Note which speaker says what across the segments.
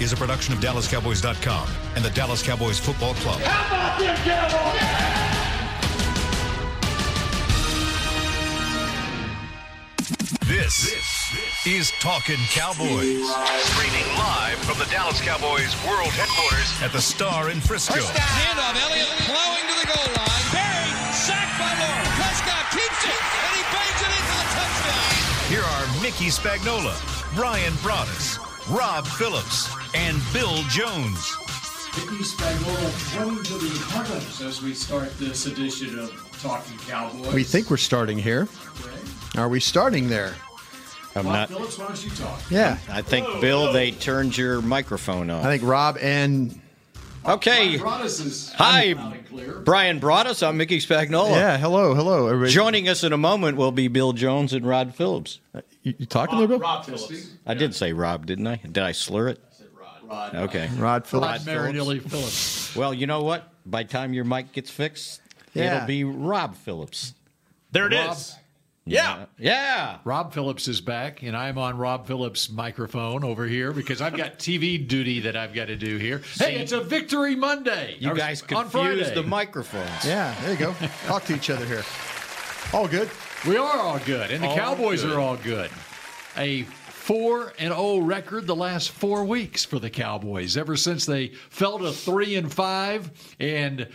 Speaker 1: is a production of DallasCowboys.com and the Dallas Cowboys Football Club.
Speaker 2: How about them Cowboys?
Speaker 1: This, is Talking Cowboys. Streaming live from the Dallas Cowboys World Headquarters at the Star in Frisco.
Speaker 3: Handoff, Elliott plowing to the goal line. Buried, sacked by Moore. Prescott keeps it, and he bangs it in for the touchdown.
Speaker 1: Here are Mickey Spagnola, Brian Broaddus, Rob Phillips, and Bill Jones.
Speaker 4: Vicky Spagnola coming to the heavens as we start this edition of Talking Cowboys.
Speaker 5: We think we're starting here.
Speaker 4: Okay.
Speaker 5: Are we starting there?
Speaker 6: I'm
Speaker 4: Bob
Speaker 6: not.
Speaker 4: Phillips, why don't you talk?
Speaker 5: Yeah.
Speaker 6: I think Bill, they turned your microphone
Speaker 5: I
Speaker 6: off.
Speaker 5: think Rob and
Speaker 6: Okay.
Speaker 4: Broadus is
Speaker 6: Hi,
Speaker 4: loud and clear.
Speaker 6: Brian Broadus. I'm Mickey Spagnola.
Speaker 5: yeah, hello, hello, everybody.
Speaker 6: Joining us in a moment will be Bill Jones and Rod Phillips.
Speaker 5: Uh, you, you talking there, Bill? Rod,
Speaker 4: Phillips.
Speaker 6: I did say Rob, didn't I? Did I slur it?
Speaker 4: Rod.
Speaker 6: Okay.
Speaker 5: Phillips.
Speaker 7: Marinelli Phillips.
Speaker 6: Well, you know what? By the time your mic gets fixed,
Speaker 5: Yeah.
Speaker 6: it'll be Rob Phillips.
Speaker 7: There it is.
Speaker 6: Yeah. Yeah.
Speaker 7: Rob Phillips is back, and I'm on Rob Phillips' microphone over here because I've got TV duty that I've got to do here. hey, it's a Victory Monday.
Speaker 6: You
Speaker 7: Or
Speaker 6: guys
Speaker 7: on Friday.
Speaker 6: confused the microphones.
Speaker 5: Yeah, there you go. Talk to each other here. All good.
Speaker 7: We are all good, and the Cowboys are all good. A four and zero record the last four weeks for the Cowboys ever since they fell to three and five. And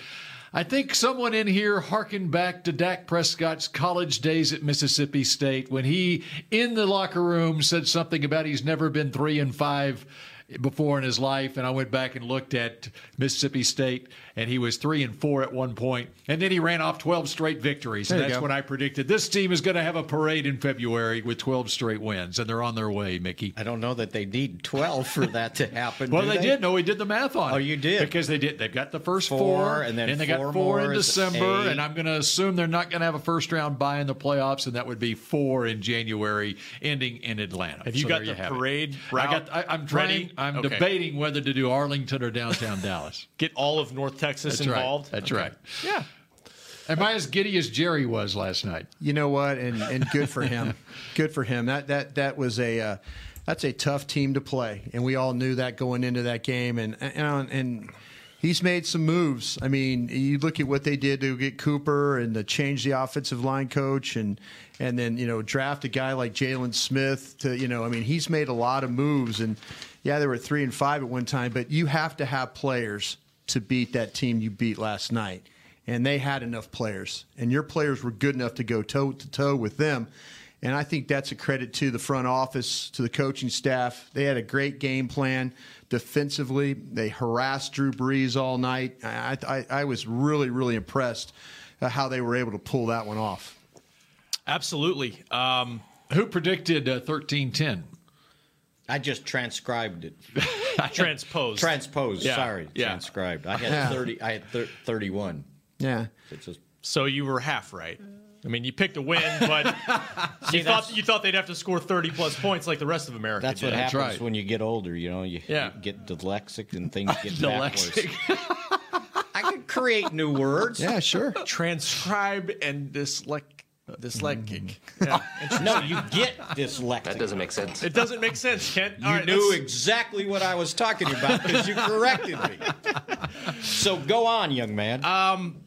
Speaker 7: I think someone in here harkened back to Dak Prescott's college days at Mississippi State when he, in the locker room, said something about he's never been three and five before in his life and I went back and looked at Mississippi State and he was 3 and 4 at one point and then he ran off 12 straight victories and
Speaker 5: There you
Speaker 7: that's
Speaker 5: go.
Speaker 7: when I predicted this team is going to have a parade in February with 12 straight wins and they're on their way Mickey.
Speaker 6: I don't know that they need 12 for that to happen.
Speaker 7: Well,
Speaker 6: do
Speaker 7: they, did. No, we did the math on it.
Speaker 6: Oh, you did.
Speaker 7: because they did. They've got the first
Speaker 6: Four,
Speaker 7: four,
Speaker 6: and then
Speaker 7: they
Speaker 6: four
Speaker 7: got four in
Speaker 6: more is
Speaker 7: December.
Speaker 6: eight.
Speaker 7: And I'm going to assume they're not going to have a first round bye in the playoffs, and that would be four in January, ending in Atlanta.
Speaker 8: Have you
Speaker 7: So
Speaker 8: got
Speaker 7: there
Speaker 8: the
Speaker 7: have it.
Speaker 8: parade
Speaker 7: I
Speaker 8: route
Speaker 7: got. I, I'm trying.
Speaker 8: ready?
Speaker 7: I'm
Speaker 8: Okay.
Speaker 7: debating whether to do Arlington or downtown Dallas.
Speaker 8: Get all of North Texas
Speaker 7: That's
Speaker 8: involved.
Speaker 7: right. That's right. Yeah. Am I as giddy as Jerry was last night?
Speaker 5: You know what? And and good for him. good for him. That that that was a uh, that's a tough team to play, and we all knew that going into that game. And and and he's made some moves. I mean, you look at what they did to get Cooper and to change the offensive line coach, and and then you know draft a guy like Jalen Smith. To you know, I mean, he's made a lot of moves, and yeah, they were three and five at one time, but you have to have players to beat that team you beat last night and they had enough players, and your players were good enough to go toe to toe with them. And I think that's a credit to the front office, to the coaching staff. They had a great game plan defensively. They harassed Drew Brees all night. I, I, I was really, really impressed at how they were able to pull that one off.
Speaker 8: Absolutely. Um,
Speaker 7: Who predicted uh, 13-10?
Speaker 6: I just transcribed it.
Speaker 8: transposed.
Speaker 6: Transposed.
Speaker 8: Yeah.
Speaker 6: Sorry.
Speaker 8: Yeah.
Speaker 6: Transcribed. I had
Speaker 5: Yeah.
Speaker 6: 30. I had thir- 31.
Speaker 5: Yeah.
Speaker 6: It's just
Speaker 8: so you were half right. I mean, you picked a win, but you thought you thought they'd have to score thirty plus points like the rest of America.
Speaker 6: That's
Speaker 8: did.
Speaker 6: what happens
Speaker 7: right.
Speaker 6: when you get older. You know, you,
Speaker 8: Yeah.
Speaker 6: you get dyslexic and things get
Speaker 7: Dyslexic.
Speaker 6: backwards. I could create new words.
Speaker 5: Yeah, sure.
Speaker 8: Transcribed and dyslexic. Dyslexic.
Speaker 6: Mm-hmm. No, you get dyslexic. That doesn't make
Speaker 8: it doesn't make sense, Kent.
Speaker 6: You knew exactly what I was talking about because you corrected me. so go on, young man.
Speaker 8: Um,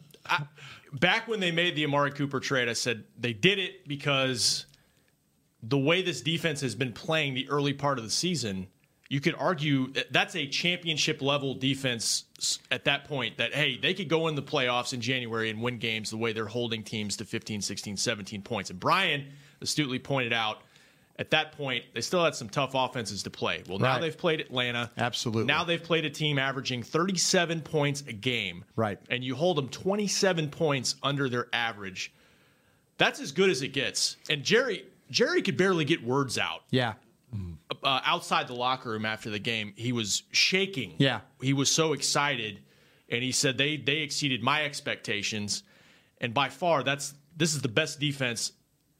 Speaker 8: back when they made the Amari Cooper trade, I said they did it because the way this defense has been playing the early part of the season, you could argue that that's a championship level defense s- at that point that hey, they could go in the playoffs in January and win games the way they're holding teams to 15, 16, 17 points. And Brian astutely pointed out at that point they still had some tough offenses to play. Well, now
Speaker 5: Right.
Speaker 8: they've played Atlanta.
Speaker 5: Absolutely.
Speaker 8: Now they've played a team averaging 37 points a game.
Speaker 5: Right.
Speaker 8: And you hold them 27 points under their average. That's as good as it gets. And Jerry Jerry could barely get words out.
Speaker 5: Yeah.
Speaker 8: Uh, outside the locker room after the game, he was shaking.
Speaker 5: Yeah.
Speaker 8: He was so excited and he said they they exceeded my expectations and by far that's this is the best defense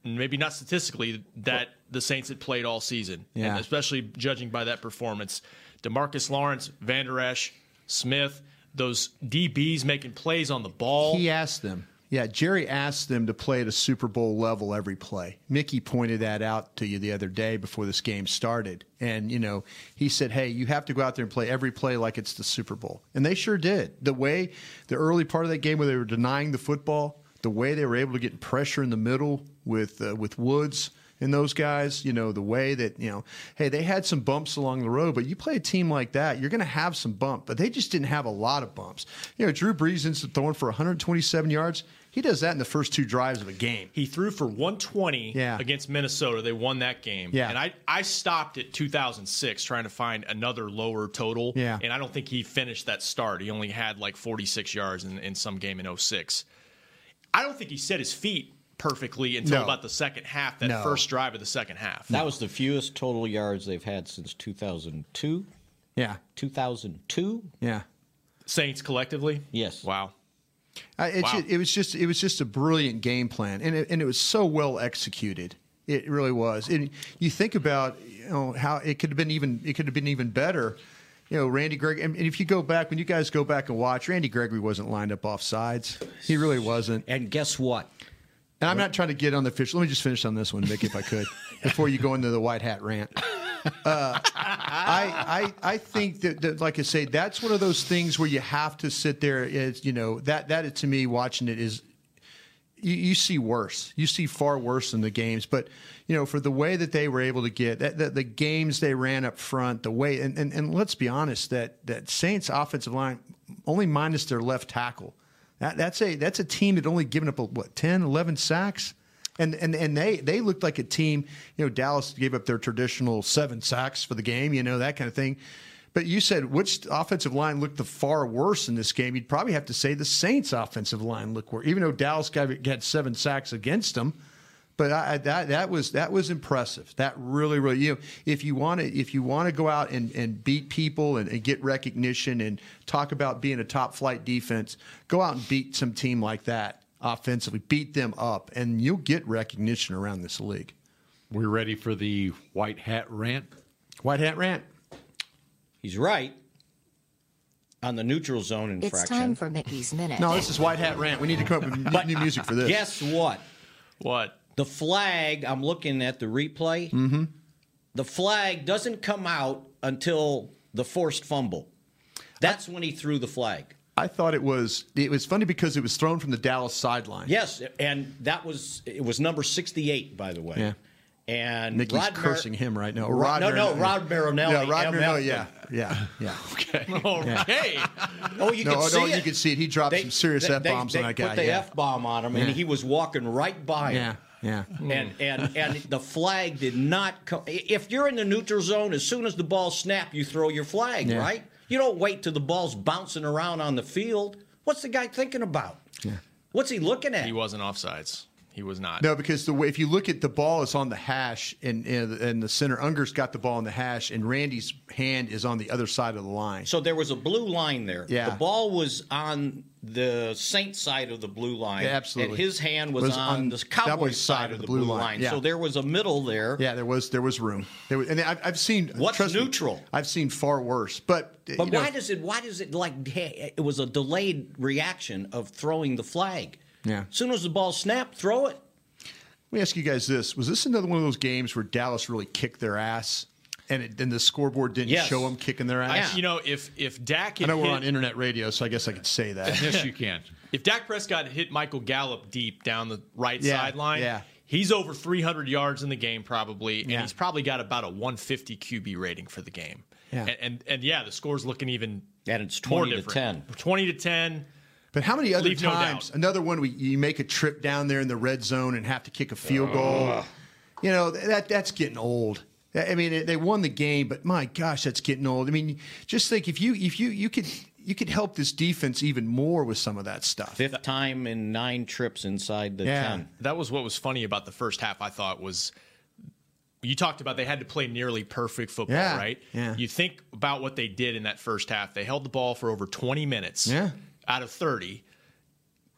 Speaker 8: maybe not statistically that the Saints had played all season.
Speaker 5: Yeah.
Speaker 8: And especially judging by that performance. DeMarcus Lawrence, Van Der Esch, Smith, those DBs making plays on the ball.
Speaker 5: He asked them. Yeah, Jerry asked them to play at a Super Bowl level every play. Mickey pointed that out to you the other day before this game started. And, you know, he said, hey, you have to go out there and play every play like it's the Super Bowl. And they sure did. The way the early part of that game where they were denying the football, the way they were able to get pressure in the middle with, uh, with Woods and those guys, you know, the way that, you know, hey, they had some bumps along the road, but you play a team like that, you're going to have some bump, but they just didn't have a lot of bumps. You know, Drew Brees ends up throwing for 127 yards. He does that in the first two drives of a game.
Speaker 8: He threw for 120
Speaker 5: Yeah.
Speaker 8: against Minnesota. They won that game.
Speaker 5: Yeah.
Speaker 8: And I, I stopped at 2006 trying to find another lower total.
Speaker 5: Yeah.
Speaker 8: And I don't think he finished that start. He only had like 46 yards in, in some game in 06. I don't think he set his feet perfectly until
Speaker 5: No.
Speaker 8: about the second half, that
Speaker 5: No.
Speaker 8: first drive of the second half.
Speaker 6: That was the fewest total yards they've had since 2002.
Speaker 5: Yeah.
Speaker 6: 2002?
Speaker 5: Yeah.
Speaker 8: Saints collectively?
Speaker 6: Yes.
Speaker 8: Wow.
Speaker 5: I, it's
Speaker 8: Wow.
Speaker 5: ju- it was just it was just a brilliant game plan, and it, and it was so well executed. It really was. And you think about you know how it could have been even it could have been even better. You know, Randy Gregory, and and if you go back when you guys go back and watch, Randy Gregory wasn't lined up off sides. He really wasn't.
Speaker 6: And guess what?
Speaker 5: And I'm not trying to get on the fish. Let me just finish on this one, Mick, if I could, before you go into the white hat rant. Uh, I, I I think that, that, like I say, that's one of those things where you have to sit there. Is you know that that to me watching it is you, you see worse. You see far worse in the games. But you know, for the way that they were able to get that, that the games they ran up front, the way and, and, and let's be honest, that that Saints offensive line only minus their left tackle. That, that's a that's a team that only given up what 10, 11 sacks. And, and and they they looked like a team. You know, Dallas gave up their traditional seven sacks for the game. You know that kind of thing. But you said which offensive line looked the far worse in this game? You'd probably have to say the Saints' offensive line looked worse, even though Dallas got- had seven sacks against them. But I, I, that that was that was impressive. That really, really, you know, if you want to if you want to go out and, and beat people and, and get recognition and talk about being a top flight defense, go out and beat some team like that offensively. Beat them up, and you'll get recognition around this league.
Speaker 7: We're ready for the white hat rant.
Speaker 5: White hat rant.
Speaker 6: He's right on the neutral zone infraction.
Speaker 2: It's time for Mickey's Minute.
Speaker 5: No, this is white hat rant. We need to come up with new music for this.
Speaker 6: Guess what?
Speaker 8: What?
Speaker 6: The flag, I'm looking at the replay.
Speaker 5: Mm-hmm.
Speaker 6: The flag doesn't come out until the forced fumble. That's when he threw the flag.
Speaker 5: I thought it was it was funny because it was thrown from the Dallas sideline.
Speaker 6: Yes, and that was it was number 68 by the way.
Speaker 5: Yeah.
Speaker 6: And
Speaker 5: Mickey's
Speaker 6: Rod Mar-
Speaker 5: cursing him right now.
Speaker 6: Rod- no, no, Rod Marinelli.
Speaker 5: Yeah, Rod
Speaker 6: M.
Speaker 5: Marinelli. Yeah,
Speaker 6: Elton.
Speaker 5: yeah, yeah.
Speaker 8: Okay.
Speaker 6: Oh, you
Speaker 5: No,
Speaker 6: could
Speaker 5: no,
Speaker 6: see it.
Speaker 5: you could see it. He dropped some serious f bombs
Speaker 6: they
Speaker 5: on that guy.
Speaker 6: Put the
Speaker 5: yeah.
Speaker 6: f bomb on him, and
Speaker 5: Yeah.
Speaker 6: he was walking right by
Speaker 5: yeah,
Speaker 6: him.
Speaker 5: yeah,
Speaker 6: And and and the flag did not come. If you're in the neutral zone, as soon as the ball snap, you throw your flag,
Speaker 5: Yeah.
Speaker 6: right? You don't wait till the ball's bouncing around on the field. What's the guy thinking about? What's he looking at?
Speaker 8: He wasn't offsides. He was not.
Speaker 5: No, because the way if you look at the ball is on the hash and and and the center Unger's got the ball in the hash and Randy's hand is on the other side of the line.
Speaker 6: So there was a blue line there.
Speaker 5: Yeah.
Speaker 6: The ball was on the Saints side of the blue line.
Speaker 5: Yeah, absolutely.
Speaker 6: And his hand was,
Speaker 5: Was
Speaker 6: on,
Speaker 5: on
Speaker 6: the Cowboys, side of the blue line.
Speaker 5: Yeah.
Speaker 6: So there was a middle there.
Speaker 5: yeah, there was there was room. There was, and I've, I've seen
Speaker 6: What's
Speaker 5: trust me,
Speaker 6: neutral?
Speaker 5: I've seen far worse, but
Speaker 6: But
Speaker 5: you know,
Speaker 6: why does it? Why does it like? Hey, it was a delayed reaction of throwing the flag.
Speaker 5: Yeah.
Speaker 6: As soon as the ball snapped, throw it.
Speaker 5: Let me ask you guys this: Was this another one of those games where Dallas really kicked their ass, and it, and the scoreboard didn't
Speaker 6: Yes.
Speaker 5: show them kicking their
Speaker 8: I-
Speaker 5: ass?
Speaker 8: You know, if if Dak
Speaker 5: I
Speaker 8: had
Speaker 5: know we're
Speaker 8: hit-
Speaker 5: on internet radio, so I guess I could say that.
Speaker 7: Yes, you can.
Speaker 8: If Dak Prescott hit Michael Gallup deep down the right
Speaker 5: Yeah,
Speaker 8: sideline,
Speaker 5: yeah.
Speaker 8: he's over 300 yards in the game probably, and
Speaker 5: Yeah.
Speaker 8: he's probably got about a 150 QB rating for the game.
Speaker 5: Yeah.
Speaker 8: And, and and yeah, the score's looking even
Speaker 6: And it's
Speaker 8: more
Speaker 6: 20 to
Speaker 8: different.
Speaker 6: 10.
Speaker 8: 20 to 10.
Speaker 5: But how many other
Speaker 8: Leave no
Speaker 5: times?
Speaker 8: doubt.
Speaker 5: another one, we you make a trip down there in the red zone and have to kick a field goal. You know th- that that's getting old. I mean, it- they won the game, but my gosh, that's getting old. I mean, just think if you if you you could you could help this defense even more with some of that stuff.
Speaker 6: Fifth time in nine trips inside the
Speaker 5: Yeah.
Speaker 6: ten.
Speaker 8: That was what was funny about the first half, I thought, was you talked about they had to play nearly perfect football,
Speaker 5: Yeah,
Speaker 8: right?
Speaker 5: yeah.
Speaker 8: You think about what they did in that first half. They held the ball for over 20 minutes
Speaker 5: Yeah.
Speaker 8: out of 30.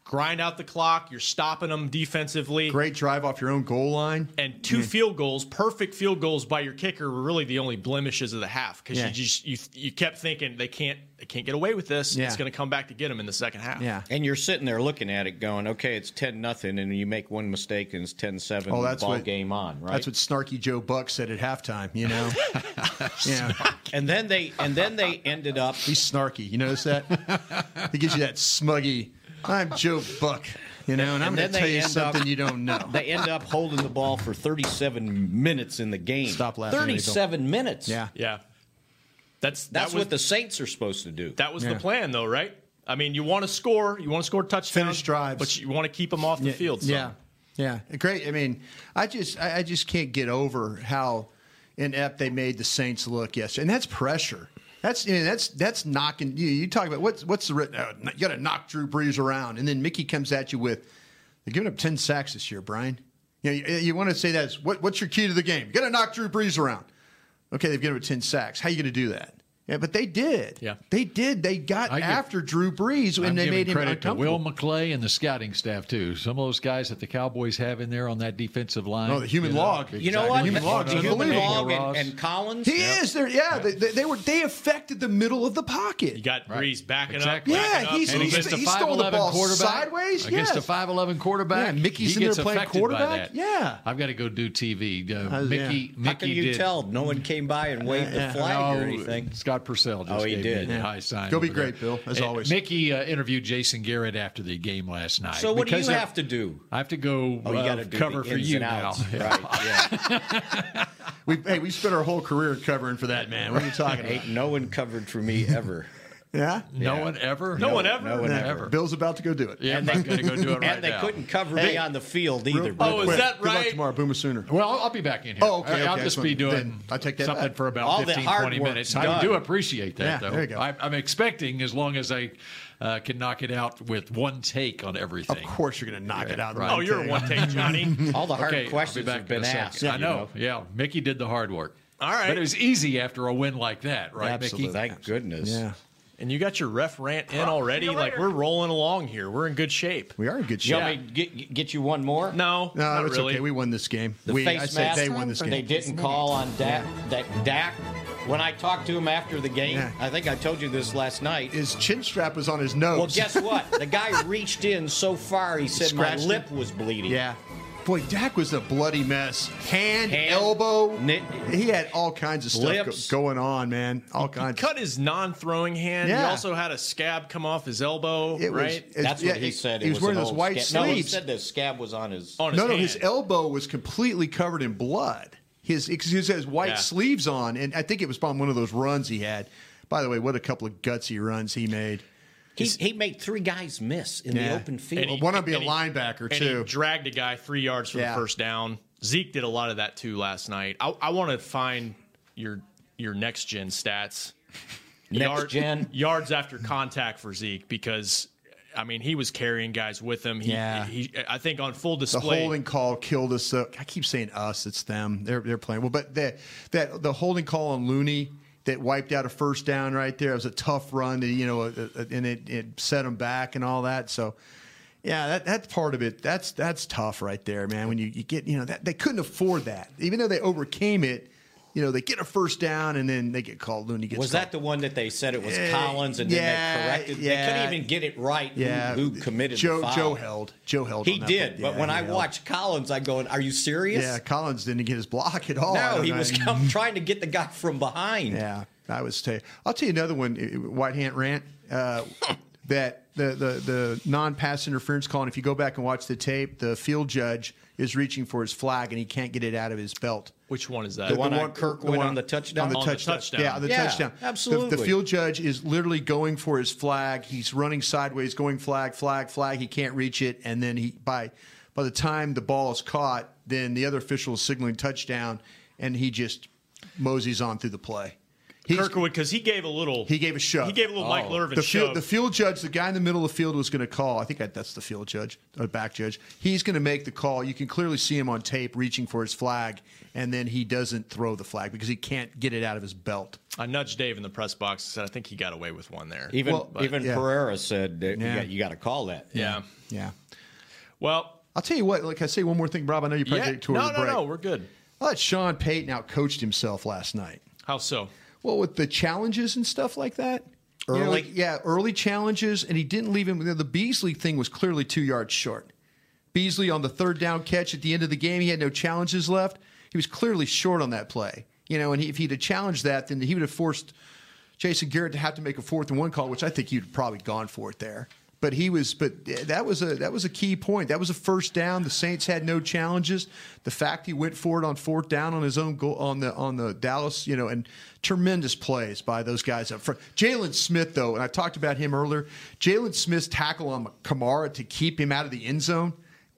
Speaker 8: grind out the clock. You're stopping them defensively.
Speaker 5: Great Mm. drive off your own goal line.
Speaker 8: And two field goals, perfect field goals by your kicker, were really the only blemishes of the half because
Speaker 5: Yeah.
Speaker 8: you just you you kept thinking they can't they can't get away with this.
Speaker 5: Yeah.
Speaker 8: It's going to come back to get them in the second half.
Speaker 5: Yeah.
Speaker 6: And you're sitting there looking at it, going, "Okay, it's ten nothing," and you make one mistake, and it's 10-7,
Speaker 5: Oh, that's
Speaker 6: ball
Speaker 5: what-
Speaker 6: game on, right?
Speaker 5: That's what snarky Joe Buck said at halftime, you know? yeah.
Speaker 6: and then they and then they ended up.
Speaker 5: He's snarky. You notice that? he gives you that smuggy, I'm Joe Buck, you know, and, I'm going
Speaker 6: And then
Speaker 5: to
Speaker 6: they
Speaker 5: tell you
Speaker 6: end
Speaker 5: something
Speaker 6: up-
Speaker 5: you don't know.
Speaker 6: They end up holding the ball for 37 minutes in the game.
Speaker 5: Stop laughing, Rachel.
Speaker 6: 37 minutes.
Speaker 5: Yeah.
Speaker 8: yeah. That's
Speaker 6: That's
Speaker 8: that was,
Speaker 6: what the Saints are supposed to do.
Speaker 8: that was
Speaker 5: Yeah.
Speaker 8: the plan though, right? I mean, you want to score, you want to score touchdowns,
Speaker 5: Finish drives.
Speaker 8: but you want to keep them off the
Speaker 5: Yeah,
Speaker 8: field. So.
Speaker 5: Yeah, yeah, great. I mean, I just I, I just can't get over how inept they made the Saints look yesterday, and that's pressure. That's you know, that's that's knocking you. You talk about what's what's the writ- uh, you got to knock Drew Brees around, and then Mickey comes at you with they're giving up ten sacks this year, Brian. You know, you, you want to say that's what what's your key to the game? You got to knock Drew Brees around. Okay, they've given up ten sacks. How you going to do that? Yeah, but they did.
Speaker 8: Yeah.
Speaker 5: they did. They got
Speaker 7: I give-
Speaker 5: after Drew Brees when
Speaker 7: I'm
Speaker 5: they
Speaker 7: giving
Speaker 5: made him
Speaker 7: credit to
Speaker 5: uncomfortable.
Speaker 7: Will McClay and the scouting staff too. Some of those guys that the Cowboys have in there on that defensive line.
Speaker 5: Oh, the human
Speaker 7: you know,
Speaker 5: log.
Speaker 6: You know what?
Speaker 5: Human log's
Speaker 6: Human
Speaker 5: unbelievable.
Speaker 6: log and,
Speaker 7: Ross.
Speaker 6: and Collins.
Speaker 5: He is. They're, yeah, They, they, they were. They affected the middle of the pocket.
Speaker 8: You got
Speaker 7: Right.
Speaker 8: Breeze backing
Speaker 7: Exactly.
Speaker 8: up. backing
Speaker 5: Yeah,
Speaker 8: up,
Speaker 5: he's-
Speaker 8: and
Speaker 7: And
Speaker 8: he
Speaker 5: he's-
Speaker 7: against a
Speaker 5: he's throwing the
Speaker 7: 5'11"
Speaker 5: ball
Speaker 7: quarterback,
Speaker 5: sideways,
Speaker 7: Against
Speaker 5: yes.
Speaker 7: a 5'11 quarterback.
Speaker 5: Yeah, Mickey's
Speaker 7: he
Speaker 5: in there
Speaker 7: gets
Speaker 5: playing
Speaker 7: affected by
Speaker 5: quarterback.
Speaker 7: that.
Speaker 5: Yeah.
Speaker 7: I've got to go do TV. Uh,
Speaker 5: How's-
Speaker 7: Mickey,
Speaker 5: Oh, yeah.
Speaker 7: Mickey
Speaker 6: How can you
Speaker 7: did,
Speaker 6: tell? No one came by and waved
Speaker 5: Yeah,
Speaker 6: the flag or
Speaker 7: No,
Speaker 6: anything.
Speaker 7: Oh, Scott Purcell just
Speaker 6: Oh, he
Speaker 7: gave
Speaker 6: did.
Speaker 7: me a
Speaker 6: Yeah.
Speaker 7: high sign.
Speaker 5: Go be
Speaker 7: over there.
Speaker 5: great, Bill, as
Speaker 7: And
Speaker 5: always.
Speaker 7: Mickey uh, interviewed Jason Garrett after the game last night.
Speaker 6: So what do you
Speaker 7: Because I-
Speaker 6: have to do?
Speaker 7: I have to go
Speaker 6: Oh, you
Speaker 7: uh,
Speaker 6: got to do
Speaker 7: cover
Speaker 6: the
Speaker 7: for
Speaker 6: ins and
Speaker 7: you now.
Speaker 6: outs. Right? Yeah.
Speaker 5: We, hey, we spent our whole career covering for that man. What are you talking about?
Speaker 6: Ain't no one covered for me ever.
Speaker 5: Yeah.
Speaker 7: No one ever.
Speaker 8: No one ever.
Speaker 6: No one
Speaker 5: Yeah.
Speaker 6: ever.
Speaker 5: Bill's about to go do it.
Speaker 7: Yeah,
Speaker 6: And
Speaker 7: I'm
Speaker 6: they-
Speaker 7: going to go do it right
Speaker 6: and they
Speaker 7: now.
Speaker 6: couldn't cover
Speaker 5: Hey.
Speaker 6: me on the field either.
Speaker 5: Real
Speaker 8: Oh, is
Speaker 5: quick.
Speaker 8: that
Speaker 5: Good luck
Speaker 8: right?
Speaker 5: tomorrow, Boomer Sooner.
Speaker 7: Well, I'll, I'll be back in here.
Speaker 5: Oh, okay,
Speaker 7: I- I'll
Speaker 5: okay,
Speaker 7: just
Speaker 5: excellent.
Speaker 7: be doing
Speaker 5: Then I take that
Speaker 7: something
Speaker 5: back.
Speaker 7: for about
Speaker 6: All the
Speaker 7: 15,
Speaker 6: hard
Speaker 7: 20
Speaker 6: work's
Speaker 7: minutes.
Speaker 6: done.
Speaker 7: I do appreciate that,
Speaker 5: Yeah,
Speaker 7: though.
Speaker 5: there you go.
Speaker 7: I, I'm expecting as long as I uh, can knock it out with one take on everything.
Speaker 5: Of course, you're going to knock it out. of the
Speaker 8: Oh, you're a
Speaker 5: tank.
Speaker 8: one take, Johnny.
Speaker 6: All the hard
Speaker 7: Okay, I'll
Speaker 6: questions
Speaker 7: be back
Speaker 6: have been
Speaker 7: in a second.
Speaker 6: asked.
Speaker 7: I
Speaker 6: you
Speaker 7: know. Yeah, Mickey did the hard work.
Speaker 8: All right.
Speaker 7: but it was easy after a win like that, right,
Speaker 5: Absolutely.
Speaker 7: Mickey?
Speaker 6: Thank goodness.
Speaker 5: Yeah,
Speaker 8: And you got your ref rant in already. Like we're rolling along here. We're in good shape.
Speaker 5: we are in good
Speaker 6: You
Speaker 5: shape.
Speaker 6: want me to get, get you one more?
Speaker 8: No,
Speaker 5: No,
Speaker 8: not
Speaker 5: it's
Speaker 8: really.
Speaker 5: okay. We won this game.
Speaker 6: The
Speaker 5: we,
Speaker 6: face
Speaker 5: I said
Speaker 6: mask.
Speaker 5: they won this game.
Speaker 6: They didn't call on Dak. That Dak. When I talked to him after the game,
Speaker 5: Yeah.
Speaker 6: I think I told you this last night.
Speaker 5: His chin strap was on his nose.
Speaker 6: well, guess what? The guy reached in so far, he said my
Speaker 5: Scratched
Speaker 6: lip
Speaker 5: it?
Speaker 6: was bleeding.
Speaker 5: Yeah. Boy, Dak was a bloody mess. Hand,
Speaker 6: Hand,
Speaker 5: elbow.
Speaker 6: knit-
Speaker 5: he had all kinds of stuff
Speaker 6: Lips.
Speaker 5: go- going on, man. All kinds.
Speaker 8: Cut his non-throwing hand. He
Speaker 5: Yeah.
Speaker 8: also had a scab come off his elbow. right
Speaker 5: it's-
Speaker 6: That's
Speaker 5: yeah,
Speaker 6: what he
Speaker 5: it-
Speaker 6: said. It
Speaker 5: He was, wearing
Speaker 6: an
Speaker 5: those
Speaker 6: old
Speaker 5: white
Speaker 6: scab. No, he
Speaker 5: sleeves.
Speaker 6: said the scab was on his.
Speaker 8: on his
Speaker 5: No, no,
Speaker 8: hand.
Speaker 5: his elbow was completely covered in blood. His because he had his white
Speaker 8: Yeah.
Speaker 5: sleeves on, and I think it was on one of those runs he had. By the way, what a couple of gutsy runs he made.
Speaker 6: He, he made three guys miss in
Speaker 5: Yeah.
Speaker 6: the open field.
Speaker 8: And he-
Speaker 5: One of them be a
Speaker 8: and he-
Speaker 5: linebacker
Speaker 8: and he
Speaker 5: too.
Speaker 8: dragged a guy three yards for
Speaker 5: Yeah.
Speaker 8: the first down. Zeke did a lot of that too last night. I, I want to find your your next gen stats.
Speaker 6: Next gen.
Speaker 8: yards after contact for Zeke because I mean he was carrying guys with him. He,
Speaker 5: Yeah.
Speaker 8: he, I think on full
Speaker 5: The
Speaker 8: display.
Speaker 5: holding call killed us. Uh, I keep saying us. It's them. They're they're playing well, but that that the holding call on Looney that wiped out a first down right there. It was a tough run. That you know, uh, uh, and it, it set him back and all that. So. Yeah, that, that's part of it. That's that's tough right there, man. When you, you get you know that they couldn't afford that, even though they overcame it. You know, they get a first down and then they get called. Looney gets
Speaker 6: was
Speaker 5: called.
Speaker 6: that the one that they said it was
Speaker 5: Yeah,
Speaker 6: Collins and
Speaker 5: yeah,
Speaker 6: then they corrected? They
Speaker 5: yeah.
Speaker 6: couldn't even get it right. who-
Speaker 5: Yeah,
Speaker 6: Who, committed
Speaker 5: Joe?
Speaker 6: the foul.
Speaker 5: Joe held. Joe held.
Speaker 6: He
Speaker 5: on that
Speaker 6: did,
Speaker 5: play.
Speaker 6: but
Speaker 5: Yeah,
Speaker 6: when
Speaker 5: he
Speaker 6: I
Speaker 5: held.
Speaker 6: watched Collins, I going, "Are you serious?"
Speaker 5: yeah, Collins didn't get his block at all. I
Speaker 6: no,
Speaker 5: don't
Speaker 6: he
Speaker 5: know.
Speaker 6: was come, trying to get the guy from behind.
Speaker 5: Yeah, I was tell you. I'll tell you another one. uh, White Hand rant uh, that the the the non pass interference call. And if you go back and watch the tape, the field judge is reaching for his flag and he can't get it out of his belt.
Speaker 8: which one is
Speaker 5: uh,
Speaker 8: that?
Speaker 6: The one on Kirkwood on the touchdown?
Speaker 5: On the
Speaker 8: On the
Speaker 5: touchdown.
Speaker 8: touchdown.
Speaker 5: Yeah, on the
Speaker 6: Yeah,
Speaker 5: touchdown. The- The,
Speaker 6: absolutely.
Speaker 5: field judge is literally going for his flag. He's running sideways, going flag, flag, flag. He can't reach it, and then he by by the time the ball is caught, then the other official is signaling touchdown, and he just moseys on through the play. He's-
Speaker 8: Kirkwood because he gave a little.
Speaker 5: He gave a shove.
Speaker 8: He gave a little Mike
Speaker 6: Oh.
Speaker 8: Lervin
Speaker 5: the
Speaker 8: shove.
Speaker 5: field, the field judge, the guy in the middle of the field was going to call. I think that, that's the field judge or back judge. He's going to make the call. You can clearly see him on tape reaching for his flag, and then he doesn't throw the flag because he can't get it out of his belt.
Speaker 8: I nudged Dave in the press box and said, "I think he got away with one there."
Speaker 6: Even
Speaker 5: Well,
Speaker 6: even
Speaker 5: yeah.
Speaker 6: Pereira said that
Speaker 5: Yeah.
Speaker 6: you, got, you got to call that.
Speaker 8: yeah.
Speaker 5: Yeah.
Speaker 8: Well,
Speaker 5: I'll tell you what. Like I say, one more thing, Rob. I know you probably
Speaker 8: yeah.
Speaker 5: get to
Speaker 8: No,
Speaker 5: the
Speaker 8: no,
Speaker 5: break.
Speaker 8: no. We're good.
Speaker 5: I thought Sean Payton outcoached himself last night.
Speaker 8: How so?
Speaker 5: Well, with the challenges and stuff like that. You know,
Speaker 6: Early?
Speaker 5: like, yeah, early challenges, and he didn't leave him. you know, the Beasley thing was clearly two yards short. Beasley on the third down catch at the end of the game, he had no challenges left. He was clearly short on that play. You know, and he, if he'd have challenged that, then he would have forced Jason Garrett to have to make a fourth and one call, which I think he'd probably gone for it there. But he was, but that was a that was a key point. That was a first down. The Saints had no challenges. The fact he went for it on fourth down on his own goal on the on the Dallas, you know, and tremendous plays by those guys up front. Jalen Smith, though, and I talked about him earlier. Jalen Smith's tackle on Kamara to keep him out of the end zone,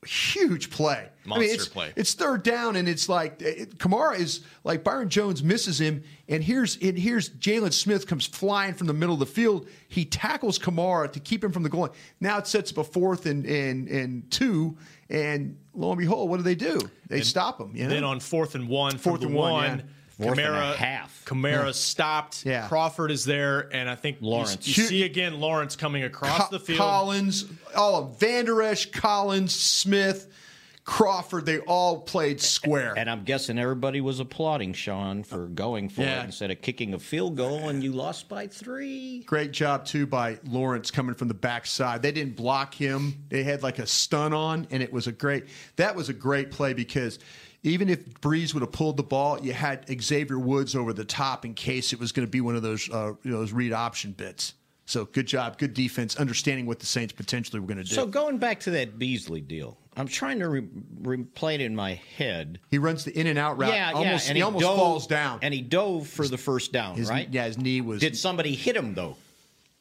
Speaker 5: huge play.
Speaker 8: Monster
Speaker 5: it's,
Speaker 8: play.
Speaker 5: It's third down, and it's like it, Kamara is like Byron Jones misses him, and here's and here's Jalen Smith comes flying from the middle of the field. He tackles Kamara to keep him from the goal line. Now it sets up a fourth and and and two, and lo and behold, what do they do? They stop him. You know?
Speaker 8: Then on fourth and one,
Speaker 5: Fourth
Speaker 8: fourth
Speaker 5: and
Speaker 8: and
Speaker 5: one,
Speaker 8: one,
Speaker 6: yeah. Fourth and a
Speaker 8: Kamara
Speaker 6: half.
Speaker 8: Kamara stopped.
Speaker 5: Yeah.
Speaker 8: Crawford is there, and I think you-
Speaker 6: Lawrence.
Speaker 8: You,
Speaker 5: Shoot.
Speaker 8: see again Lawrence coming across
Speaker 5: Co-
Speaker 8: the field.
Speaker 5: Collins, all of Vander Esch, Collins, Smith, Crawford, they all played square.
Speaker 6: And I'm guessing everybody was applauding Sean for going for
Speaker 5: Yeah.
Speaker 6: it instead of kicking a field goal, and you lost by three.
Speaker 5: Great job too by Lawrence coming from the backside. They didn't block him. They had like a stun on, and it was a great. That was a great play because even if Breeze would have pulled the ball, you had Xavier Woods over the top in case it was going to be one of those uh, you know, those read option bits. So good job, good defense, understanding what the Saints potentially were going to do.
Speaker 6: So going back to that Beasley deal, I'm trying to re- replay it in my head.
Speaker 5: he runs the in and out route.
Speaker 6: yeah,
Speaker 5: almost,
Speaker 6: yeah, and
Speaker 5: he, almost
Speaker 6: dove-
Speaker 5: falls down.
Speaker 6: and he dove for the first down,
Speaker 5: his,
Speaker 6: right?
Speaker 5: Yeah, his knee was.
Speaker 6: Did somebody hit him though?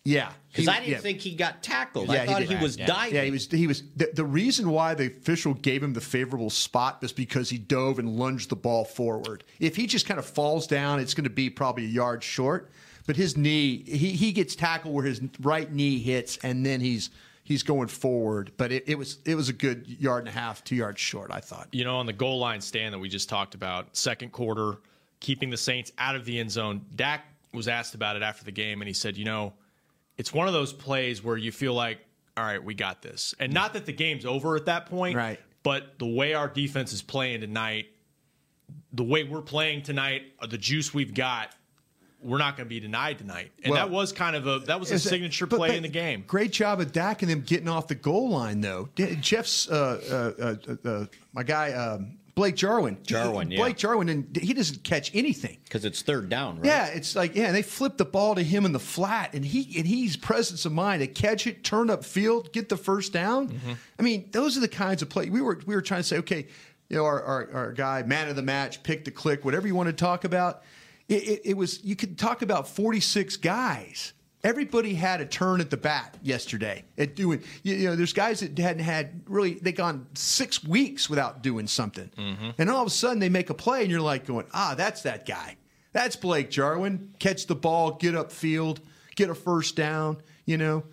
Speaker 5: yeah,
Speaker 6: Because
Speaker 5: He-
Speaker 6: I didn't
Speaker 5: yeah.
Speaker 6: think he got tackled.
Speaker 5: Yeah,
Speaker 6: I
Speaker 5: he
Speaker 6: thought
Speaker 5: did.
Speaker 6: he, was
Speaker 5: Yeah.
Speaker 6: diving.
Speaker 5: Yeah, he was. He was. The, the reason why the official gave him the favorable spot was because he dove and lunged the ball forward. If he just kind of falls down, it's going to be probably a yard short. But his knee, he he gets tackled where his right knee hits, and then he's he's going forward. But it, it was it was a good yard and a half, two yards short. I thought.
Speaker 8: you know, on the goal line stand that we just talked about, second quarter, keeping the Saints out of the end zone. Dak was asked about it after the game, and he said, you know, it's one of those plays where you feel like, all right, we got this. And not that the game's over at that point,
Speaker 5: Right.
Speaker 8: but the way our defense is playing tonight, the way we're playing tonight, uh, the juice we've got, we're not going to be denied tonight. And
Speaker 5: Well,
Speaker 8: that was kind of a that was a
Speaker 5: Is it-
Speaker 8: signature
Speaker 5: but-
Speaker 8: play
Speaker 5: but
Speaker 8: in the game.
Speaker 5: Great job of Dak and them getting off the goal line, though. D- Jeff's uh, uh, uh, uh, my guy, um, Blake Jarwin.
Speaker 6: Jarwin, yeah.
Speaker 5: Blake Jarwin, and he doesn't catch anything.
Speaker 6: because it's third down, right?
Speaker 5: Yeah, it's like yeah, they flip the ball to him in the flat, and he and he's presence of mind to catch it, turn up field, get the first down.
Speaker 6: Mm-hmm.
Speaker 3: Mm-hmm.
Speaker 5: I mean, those are the kinds of play we were we were trying to say. Okay, you know, our our, our guy, man of the match, pick the click, whatever you want to talk about. It, it, it was you could talk about forty six guys. Everybody had a turn at the bat yesterday at doing. You, you know, there's guys that hadn't had really. They gone six weeks without doing something, and all of a sudden they make a play, and you're like going, ah, that's that guy. That's Blake Jarwin. Catch the ball, get upfield, get a first down. You know,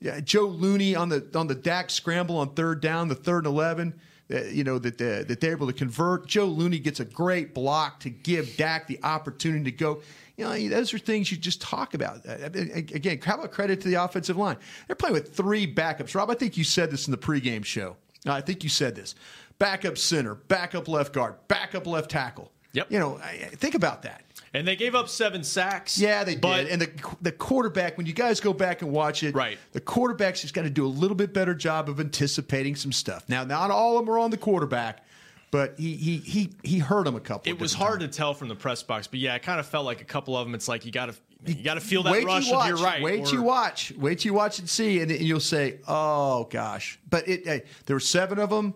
Speaker 5: yeah, Joe Looney on the on the Dak scramble on third down, the third and eleven. Uh, you know that uh, that they're able to convert. Joe Looney gets a great block to give Dak the opportunity to go. You know, those are things you just talk about. Uh, Again, how about credit to the offensive line? They're playing with three backups. Rob, I think you said this in the pregame show. I think you said this: backup center, backup left guard, backup left tackle.
Speaker 8: Yep.
Speaker 5: You know, I- I- think about that.
Speaker 8: And they gave up seven sacks.
Speaker 5: Yeah, they
Speaker 8: but
Speaker 5: did. And the the quarterback, when you guys go back and watch it,
Speaker 8: Right.
Speaker 5: The quarterback's just got to do a little bit better job of anticipating some stuff. Now, not all of them are on the quarterback, but he he he he hurt him a couple.
Speaker 8: It
Speaker 5: of
Speaker 8: was
Speaker 5: different
Speaker 8: hard
Speaker 5: times.
Speaker 8: to tell from the press box, but yeah, I kind of felt like a couple of them. It's like you got to you got to feel that
Speaker 5: Wait
Speaker 8: rush
Speaker 5: you
Speaker 8: of
Speaker 5: watch.
Speaker 8: you're right.
Speaker 5: Wait
Speaker 8: or-
Speaker 5: you watch. Wait you watch and see, and, then you'll say, "Oh gosh!" But it hey, there were seven of them.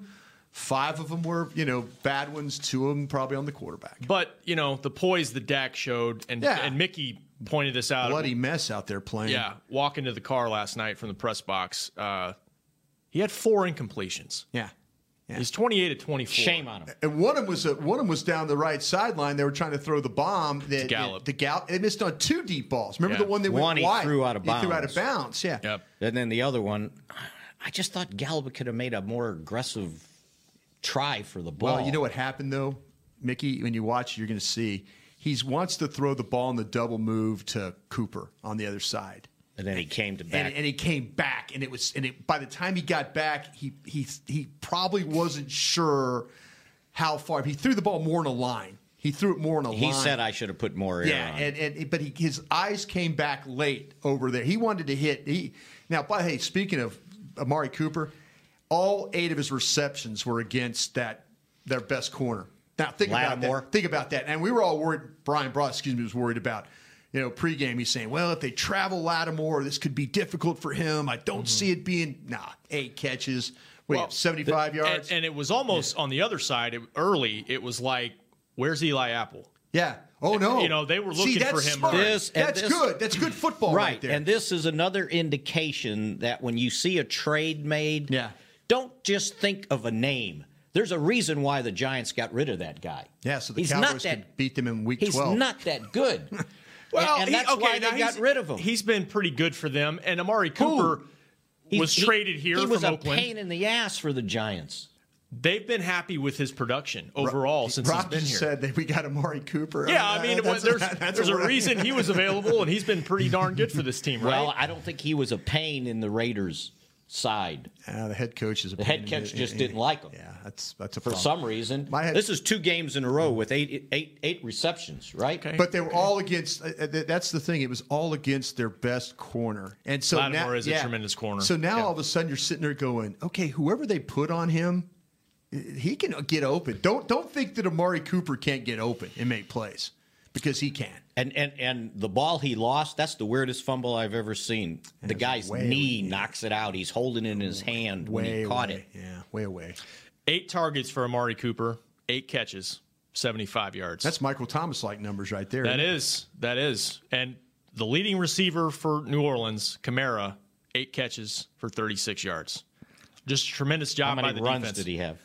Speaker 5: Five of them were you know bad ones. Two of them probably on the quarterback.
Speaker 8: But you know the poise the Dak showed, and
Speaker 5: Yeah.
Speaker 8: and Mickey pointed this out.
Speaker 5: Bloody mess out there playing.
Speaker 8: Yeah, walking to the car last night from the press box, uh, he had four incompletions.
Speaker 5: yeah,
Speaker 8: He's 28 at 24.
Speaker 6: Shame on him.
Speaker 5: And one of them was a, one of 'em was down the right sideline. They were trying to throw the bomb. That,
Speaker 8: Gallup.
Speaker 5: The Gallup. They missed on two deep balls. Remember
Speaker 8: Yeah.
Speaker 5: the one they went
Speaker 6: One he
Speaker 5: wide?
Speaker 6: threw out of
Speaker 5: He threw out
Speaker 6: bounds.
Speaker 5: of bounds. Yeah.
Speaker 8: Yep.
Speaker 6: And then the other one, I just thought Gallup could have made a more aggressive try for the ball.
Speaker 5: Well, you know what happened though, Mickey. When you watch, you're going to see he wants to throw the ball in the double move to Cooper on the other side.
Speaker 6: And then he came to back.
Speaker 5: And, and he came back, and it was, and it, by the time he got back, he he he probably wasn't sure how far he threw the ball more in a line. He threw it more in a
Speaker 6: he
Speaker 5: line.
Speaker 6: said I should have put more air
Speaker 5: Yeah,
Speaker 6: on.
Speaker 5: and, and but he, his eyes came back late over there. He wanted to hit. He now, by hey, speaking of Amari Cooper, all eight of his receptions were against that their best corner. Now think
Speaker 6: Lattimore.
Speaker 5: about that. Think about that. And we were all worried. Brian Broad, excuse me, was worried about. You know, pregame, he's saying, "Well, if they travel Lattimore, this could be difficult for him. I don't see it being nah. Eight catches, wait,
Speaker 8: Mm-hmm. Well,
Speaker 5: seventy-five yards.
Speaker 8: And, and it was almost on the other side it, early. It was like, where's Eli Apple?
Speaker 5: yeah. Oh no.
Speaker 8: you know, they were
Speaker 5: See,
Speaker 8: looking
Speaker 5: that's
Speaker 8: for him.
Speaker 5: smart.
Speaker 6: This- and
Speaker 5: that's
Speaker 6: this-
Speaker 5: good. That's good football right,
Speaker 6: right.
Speaker 5: there.
Speaker 6: And this is another indication that when you see a trade made,
Speaker 5: Yeah.
Speaker 6: don't just think of a name. There's a reason why the Giants got rid of that guy.
Speaker 5: Yeah, so the
Speaker 6: he's not
Speaker 5: Cowboys
Speaker 6: that,
Speaker 5: can beat them in week
Speaker 6: He's
Speaker 5: 12.
Speaker 6: not that good. And- and,
Speaker 8: he-
Speaker 6: that's why
Speaker 8: now
Speaker 6: they got
Speaker 8: he's-
Speaker 6: rid of him.
Speaker 8: He's been pretty good for them. And Amari Cooper
Speaker 6: He-
Speaker 8: was
Speaker 6: he-
Speaker 8: traded here
Speaker 6: He
Speaker 8: from
Speaker 6: was a
Speaker 8: Oakland.
Speaker 6: pain in the ass for the Giants.
Speaker 8: They've been happy with his production overall since
Speaker 5: Brock
Speaker 8: he's been
Speaker 5: just
Speaker 8: here.
Speaker 5: said that we got Amari Cooper.
Speaker 8: yeah, I mean,
Speaker 5: that's-
Speaker 8: there's,
Speaker 5: that's
Speaker 8: there's a
Speaker 5: right.
Speaker 8: reason he was available, and he's been pretty darn good for this team, right?
Speaker 6: Well, I don't think he was a pain in the Raiders' side.
Speaker 5: Uh, the head coach is a
Speaker 6: The head coach just didn't like him.
Speaker 5: Yeah, that's that's a
Speaker 6: for
Speaker 5: problem.
Speaker 6: some reason.
Speaker 5: My head-
Speaker 6: this is two games in a row with eight eight eight receptions, right?
Speaker 5: But they were all against. Uh, uh, th- that's the thing. It was all against their best corner, and so now,
Speaker 8: Lattimore is a
Speaker 5: yeah.
Speaker 8: tremendous corner.
Speaker 5: So now
Speaker 8: Yeah.
Speaker 5: all of a sudden you're sitting there going, okay, whoever they put on him, uh, he can get open. Don't don't think that Amari Cooper can't get open and make plays because he can.
Speaker 6: And and and the ball he lost, that's the weirdest fumble I've ever seen. The guy's
Speaker 5: way
Speaker 6: knee knocks it out. He's holding it in his hand when he caught
Speaker 5: away.
Speaker 6: it.
Speaker 5: Yeah, way away.
Speaker 8: Eight targets for Amari Cooper, eight catches, 75 yards.
Speaker 5: That's Michael Thomas like numbers right there.
Speaker 8: that is that is, and the leading receiver for New Orleans, Kamara, eight catches for 36 yards. Just a tremendous
Speaker 6: How
Speaker 8: job by
Speaker 6: many
Speaker 8: the
Speaker 6: runs
Speaker 8: defense. Um,
Speaker 6: did he have?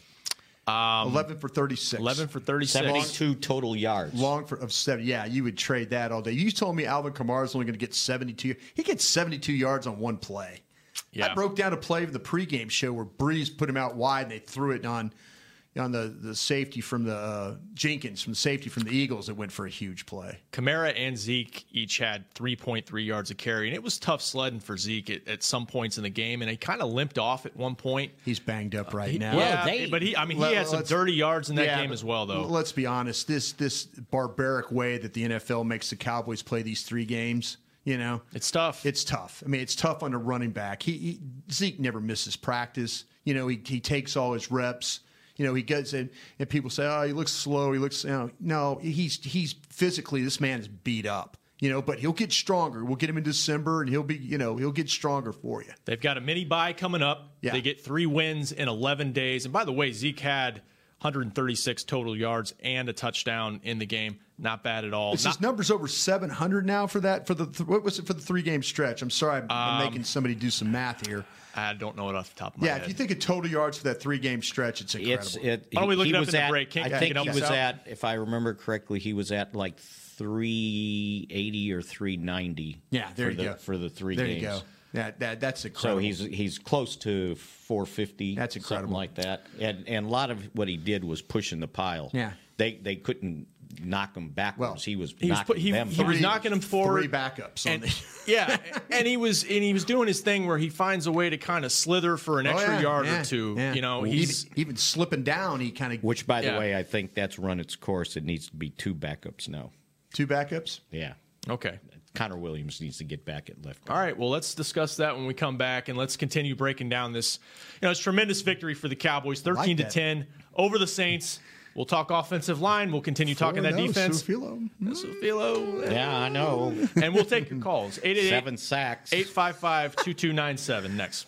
Speaker 5: eleven for thirty six.
Speaker 8: 11 for 36.
Speaker 6: Seventy-two total yards.
Speaker 5: Long for of seven. Yeah, you would trade that all day. You told me Alvin Kamara's only going to get seventy two. He gets seventy two yards on one play.
Speaker 8: Yeah.
Speaker 5: I broke down a play of the pregame show where Breeze put him out wide and they threw it on on the, the safety from the uh, Jenkins from the safety from the Eagles that went for a huge play.
Speaker 8: Kamara and Zeke each had 3.3 yards of carry, and it was tough sledding for Zeke at, at some points in the game, and he kind of limped off at one point.
Speaker 5: He's banged up right now.
Speaker 6: Well, they-
Speaker 8: but he, I mean, he
Speaker 5: Let-
Speaker 8: had some
Speaker 5: let's-
Speaker 8: dirty yards in that
Speaker 5: Yeah,
Speaker 8: game
Speaker 5: but
Speaker 8: as well, though.
Speaker 5: Let's be honest. This this barbaric way that the NFL makes the Cowboys play these three games, you know,
Speaker 8: It's tough.
Speaker 5: It's tough. I mean, it's tough on a running back. He, he Zeke never misses practice. You know, he, he takes all his reps. You know, he gets and, and people say, oh, he looks slow. He looks, you know, no, he's he's physically this man is beat up. You know, but he'll get stronger. We'll get him in December, and he'll be, you know, he'll get stronger for you.
Speaker 8: They've got a mini buy coming up.
Speaker 5: Yeah.
Speaker 8: They get three wins in 11 days. And by the way, Zeke had 136 total yards and a touchdown in the game. Not bad at all.
Speaker 5: This
Speaker 8: Not-
Speaker 5: is numbers over 700 now for that for the th- what was it for the three game stretch? I'm sorry, I'm, I'm
Speaker 6: Um,
Speaker 5: making somebody do some math here.
Speaker 8: I don't know it off the top of my
Speaker 5: Yeah,
Speaker 8: head.
Speaker 5: if you think of total yards for that three game stretch, it's incredible.
Speaker 6: It's it.
Speaker 8: Why don't we look
Speaker 6: he
Speaker 8: it up
Speaker 6: was
Speaker 8: in the
Speaker 6: at-
Speaker 8: break? Can't
Speaker 6: I
Speaker 8: you
Speaker 6: think
Speaker 8: get
Speaker 6: he
Speaker 8: up
Speaker 6: was
Speaker 8: this
Speaker 6: at, if I remember correctly, he was at like three eighty or three ninety.
Speaker 5: yeah, there
Speaker 6: for
Speaker 5: you
Speaker 6: the,
Speaker 5: go
Speaker 6: for the three
Speaker 5: There
Speaker 6: games.
Speaker 5: you go. Yeah, that that's incredible.
Speaker 6: So he's he's close to 450.
Speaker 5: That's incredible.
Speaker 6: something like that. And and a lot of what he did was pushing the pile.
Speaker 5: Yeah.
Speaker 6: they they couldn't knock him backwards.
Speaker 5: Well,
Speaker 6: he was
Speaker 8: he was,
Speaker 6: knocking
Speaker 8: put, he,
Speaker 6: them.
Speaker 8: he was
Speaker 6: backwards.
Speaker 8: knocking them forward.
Speaker 5: three backups on
Speaker 8: And,
Speaker 5: the-
Speaker 8: yeah, and he was and he was doing his thing where he finds a way to kind of slither for an
Speaker 5: Oh,
Speaker 8: extra
Speaker 5: yeah,
Speaker 8: yard
Speaker 5: yeah,
Speaker 8: or two.
Speaker 5: yeah.
Speaker 8: You know,
Speaker 5: Well,
Speaker 8: he's
Speaker 5: even, even slipping down. He kind of
Speaker 6: Which, by
Speaker 8: Yeah.
Speaker 6: the way, I think that's run its course. It needs to be two backups now.
Speaker 5: two backups.
Speaker 6: Yeah,
Speaker 8: okay.
Speaker 6: Connor Williams needs to get back at left.
Speaker 8: All right, well, let's discuss that when we come back, and let's continue breaking down this. You know, it's tremendous victory for the Cowboys, thirteen to
Speaker 5: that.
Speaker 8: ten over the Saints. We'll talk offensive line. We'll continue talking that
Speaker 5: 4-0,
Speaker 8: defense.
Speaker 5: Oh, Sufilo.
Speaker 8: Sufilo.
Speaker 6: Yeah, I know.
Speaker 8: and we'll take your calls.
Speaker 6: Seven sacks.
Speaker 8: 888-855-2297 next.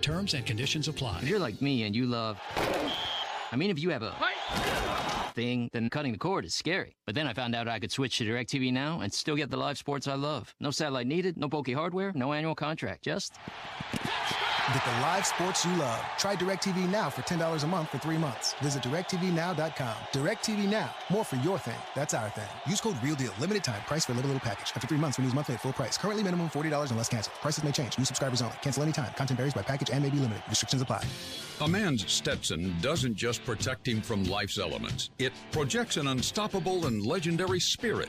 Speaker 2: Terms and conditions apply.
Speaker 9: If you're like me and you love. I mean, if you have a thing, then cutting the cord is scary. But then I found out I could switch to DirecTV now and still get the live sports I love. No satellite needed, no bulky hardware, no annual contract, just.
Speaker 10: Get the live sports you love. Try DirecTV Now for $10 a month for three months. Visit DirecTVNow.com. DirecTV Now. More for your thing. That's our thing. Use code REALDEAL. Limited time. Price for little, little package. After three months, renews monthly at full price. Currently minimum $40 unless canceled. Prices may change. New subscribers only. Cancel anytime. Content varies by package and may be limited. Restrictions apply.
Speaker 11: A man's Stetson doesn't just protect him from life's elements, it projects an unstoppable and legendary spirit,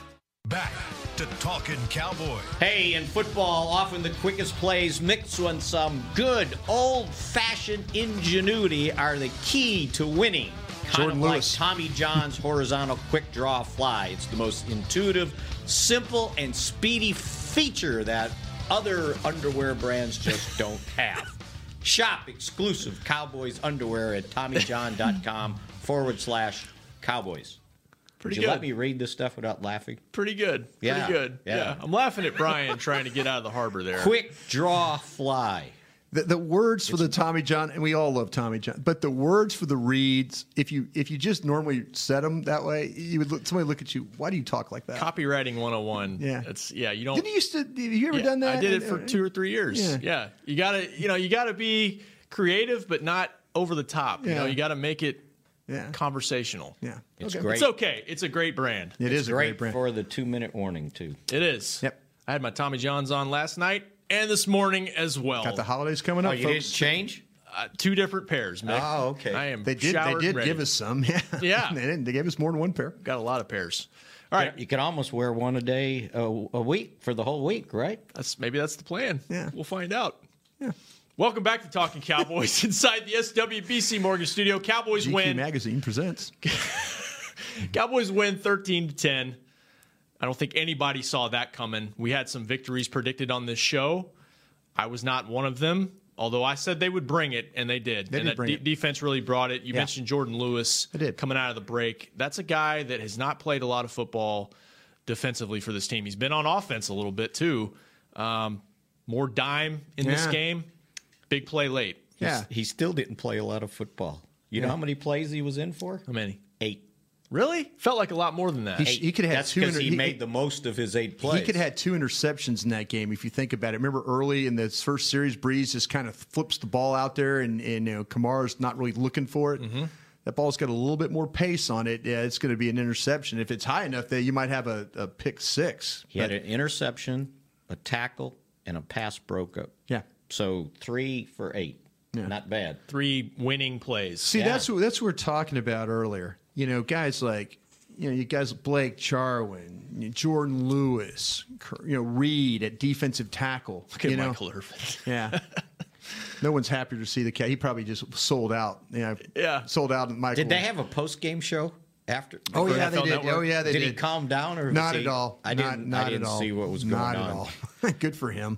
Speaker 1: Back to Talking Cowboy.
Speaker 6: Hey, in football, often the quickest plays mixed with some good old fashioned ingenuity are the key to winning. Kind
Speaker 5: Jordan
Speaker 6: of like
Speaker 5: Lewis.
Speaker 6: Tommy John's horizontal quick draw fly. It's the most intuitive, simple, and speedy feature that other underwear brands just don't have. Shop exclusive Cowboys underwear at TommyJohn.com forward slash Cowboys.
Speaker 8: Pretty
Speaker 6: Did you
Speaker 8: good.
Speaker 6: let me read this stuff without laughing?
Speaker 8: Pretty good.
Speaker 6: Yeah,
Speaker 8: Pretty good.
Speaker 6: yeah.
Speaker 8: I'm laughing at Brian trying to get out of the harbor there.
Speaker 6: Quick draw fly.
Speaker 5: The, the words for the Tommy John, and we all love Tommy John, but the words for the reads, if you if you just normally said them that way, you would look, somebody look at you. Why do you talk like that?
Speaker 8: Copywriting 101.
Speaker 5: Yeah.
Speaker 8: It's yeah, you don't
Speaker 5: Didn't you used to? Have you ever
Speaker 8: Yeah,
Speaker 5: done that? Uh,
Speaker 8: I did it for two or three years.
Speaker 5: Yeah.
Speaker 8: Yeah. You gotta you know, you gotta be creative but not over the top. You know,
Speaker 5: Yeah.
Speaker 8: you gotta make it
Speaker 5: Yeah.
Speaker 8: conversational.
Speaker 5: Yeah.
Speaker 6: It's
Speaker 5: Okay.
Speaker 6: great.
Speaker 8: It's okay. It's a great brand.
Speaker 5: It is a
Speaker 6: great
Speaker 5: great brand.
Speaker 6: for the two minute warning too.
Speaker 8: It is.
Speaker 5: Yep.
Speaker 8: I had my Tommy John's on last night and this morning as well.
Speaker 5: Got the holidays coming
Speaker 8: Oh,
Speaker 5: up, folks.
Speaker 6: change?
Speaker 8: Uh, two different pairs, Mick.
Speaker 6: Oh, okay.
Speaker 8: I am
Speaker 5: They did. They
Speaker 8: showered
Speaker 5: did
Speaker 8: ready.
Speaker 5: give us some. Yeah.
Speaker 8: Yeah.
Speaker 5: they didn't. They gave us more than one pair.
Speaker 8: got a lot of pairs. All right.
Speaker 6: You can almost wear one a day a, a week for the whole week, right?
Speaker 8: That's maybe that's the plan.
Speaker 5: Yeah.
Speaker 8: We'll find out. Welcome back to Talking Cowboys inside the SWBC Morgan Studio. Cowboys
Speaker 5: GQ
Speaker 8: win.
Speaker 5: magazine presents.
Speaker 8: Cowboys win 13 to 10. I don't think anybody saw that coming. We had some victories predicted on this show. I was not one of them, although I said they would bring it, and they did.
Speaker 5: They
Speaker 8: and
Speaker 5: did
Speaker 8: that
Speaker 5: bring
Speaker 8: de-
Speaker 5: it.
Speaker 8: defense really brought it. You
Speaker 5: Yeah.
Speaker 8: mentioned Jordan Lewis
Speaker 5: I did.
Speaker 8: coming out of the break. That's a guy that has not played a lot of football defensively for this team. He's been on offense a little bit too. Um, more dime in this
Speaker 5: Yeah.
Speaker 8: game. Big play late.
Speaker 5: Yeah.
Speaker 6: He still didn't play a lot of football. You know how many plays he was in for?
Speaker 8: How many?
Speaker 6: Eight.
Speaker 8: Really? Felt like a lot more than that.
Speaker 5: He, sh- he could have had
Speaker 6: That's
Speaker 5: two.
Speaker 6: because
Speaker 5: inter-
Speaker 6: he, made the most of his eight plays.
Speaker 5: He could have had two interceptions in that game if you think about it. Remember early in this first series, Breeze just kind of flips the ball out there, and, and you know, Kamara's not really looking for it. That ball's got a little bit more pace on it. Yeah, it's going to be an interception. If it's high enough, that you might have a, a pick six.
Speaker 6: He had
Speaker 5: But-
Speaker 6: an interception, a tackle, and a pass broke up.
Speaker 5: Yeah.
Speaker 6: So three for eight. Not bad.
Speaker 8: Three winning plays.
Speaker 5: See, that's what that's what we're talking about earlier. You know, guys like you know, you guys like Blake Charwin, Jordan Lewis, Cur- you know, Reed at defensive tackle.
Speaker 8: Look at
Speaker 5: you know?
Speaker 8: Michael Irvin.
Speaker 5: Yeah. no one's happier to see the cat. He probably just sold out. You know,
Speaker 8: Yeah.
Speaker 5: Sold out. Michael.
Speaker 6: Did they have a post game show after?
Speaker 5: Oh yeah,
Speaker 8: NFL
Speaker 5: they did.
Speaker 8: Network?
Speaker 5: Oh yeah, they
Speaker 6: did,
Speaker 5: did.
Speaker 6: he calm down or was
Speaker 5: Not
Speaker 6: he-
Speaker 5: at all.
Speaker 6: I
Speaker 5: Not-
Speaker 6: didn't.
Speaker 5: Not
Speaker 6: I didn't
Speaker 5: at all.
Speaker 6: see what was going
Speaker 5: not
Speaker 6: on.
Speaker 5: at all. Good for him.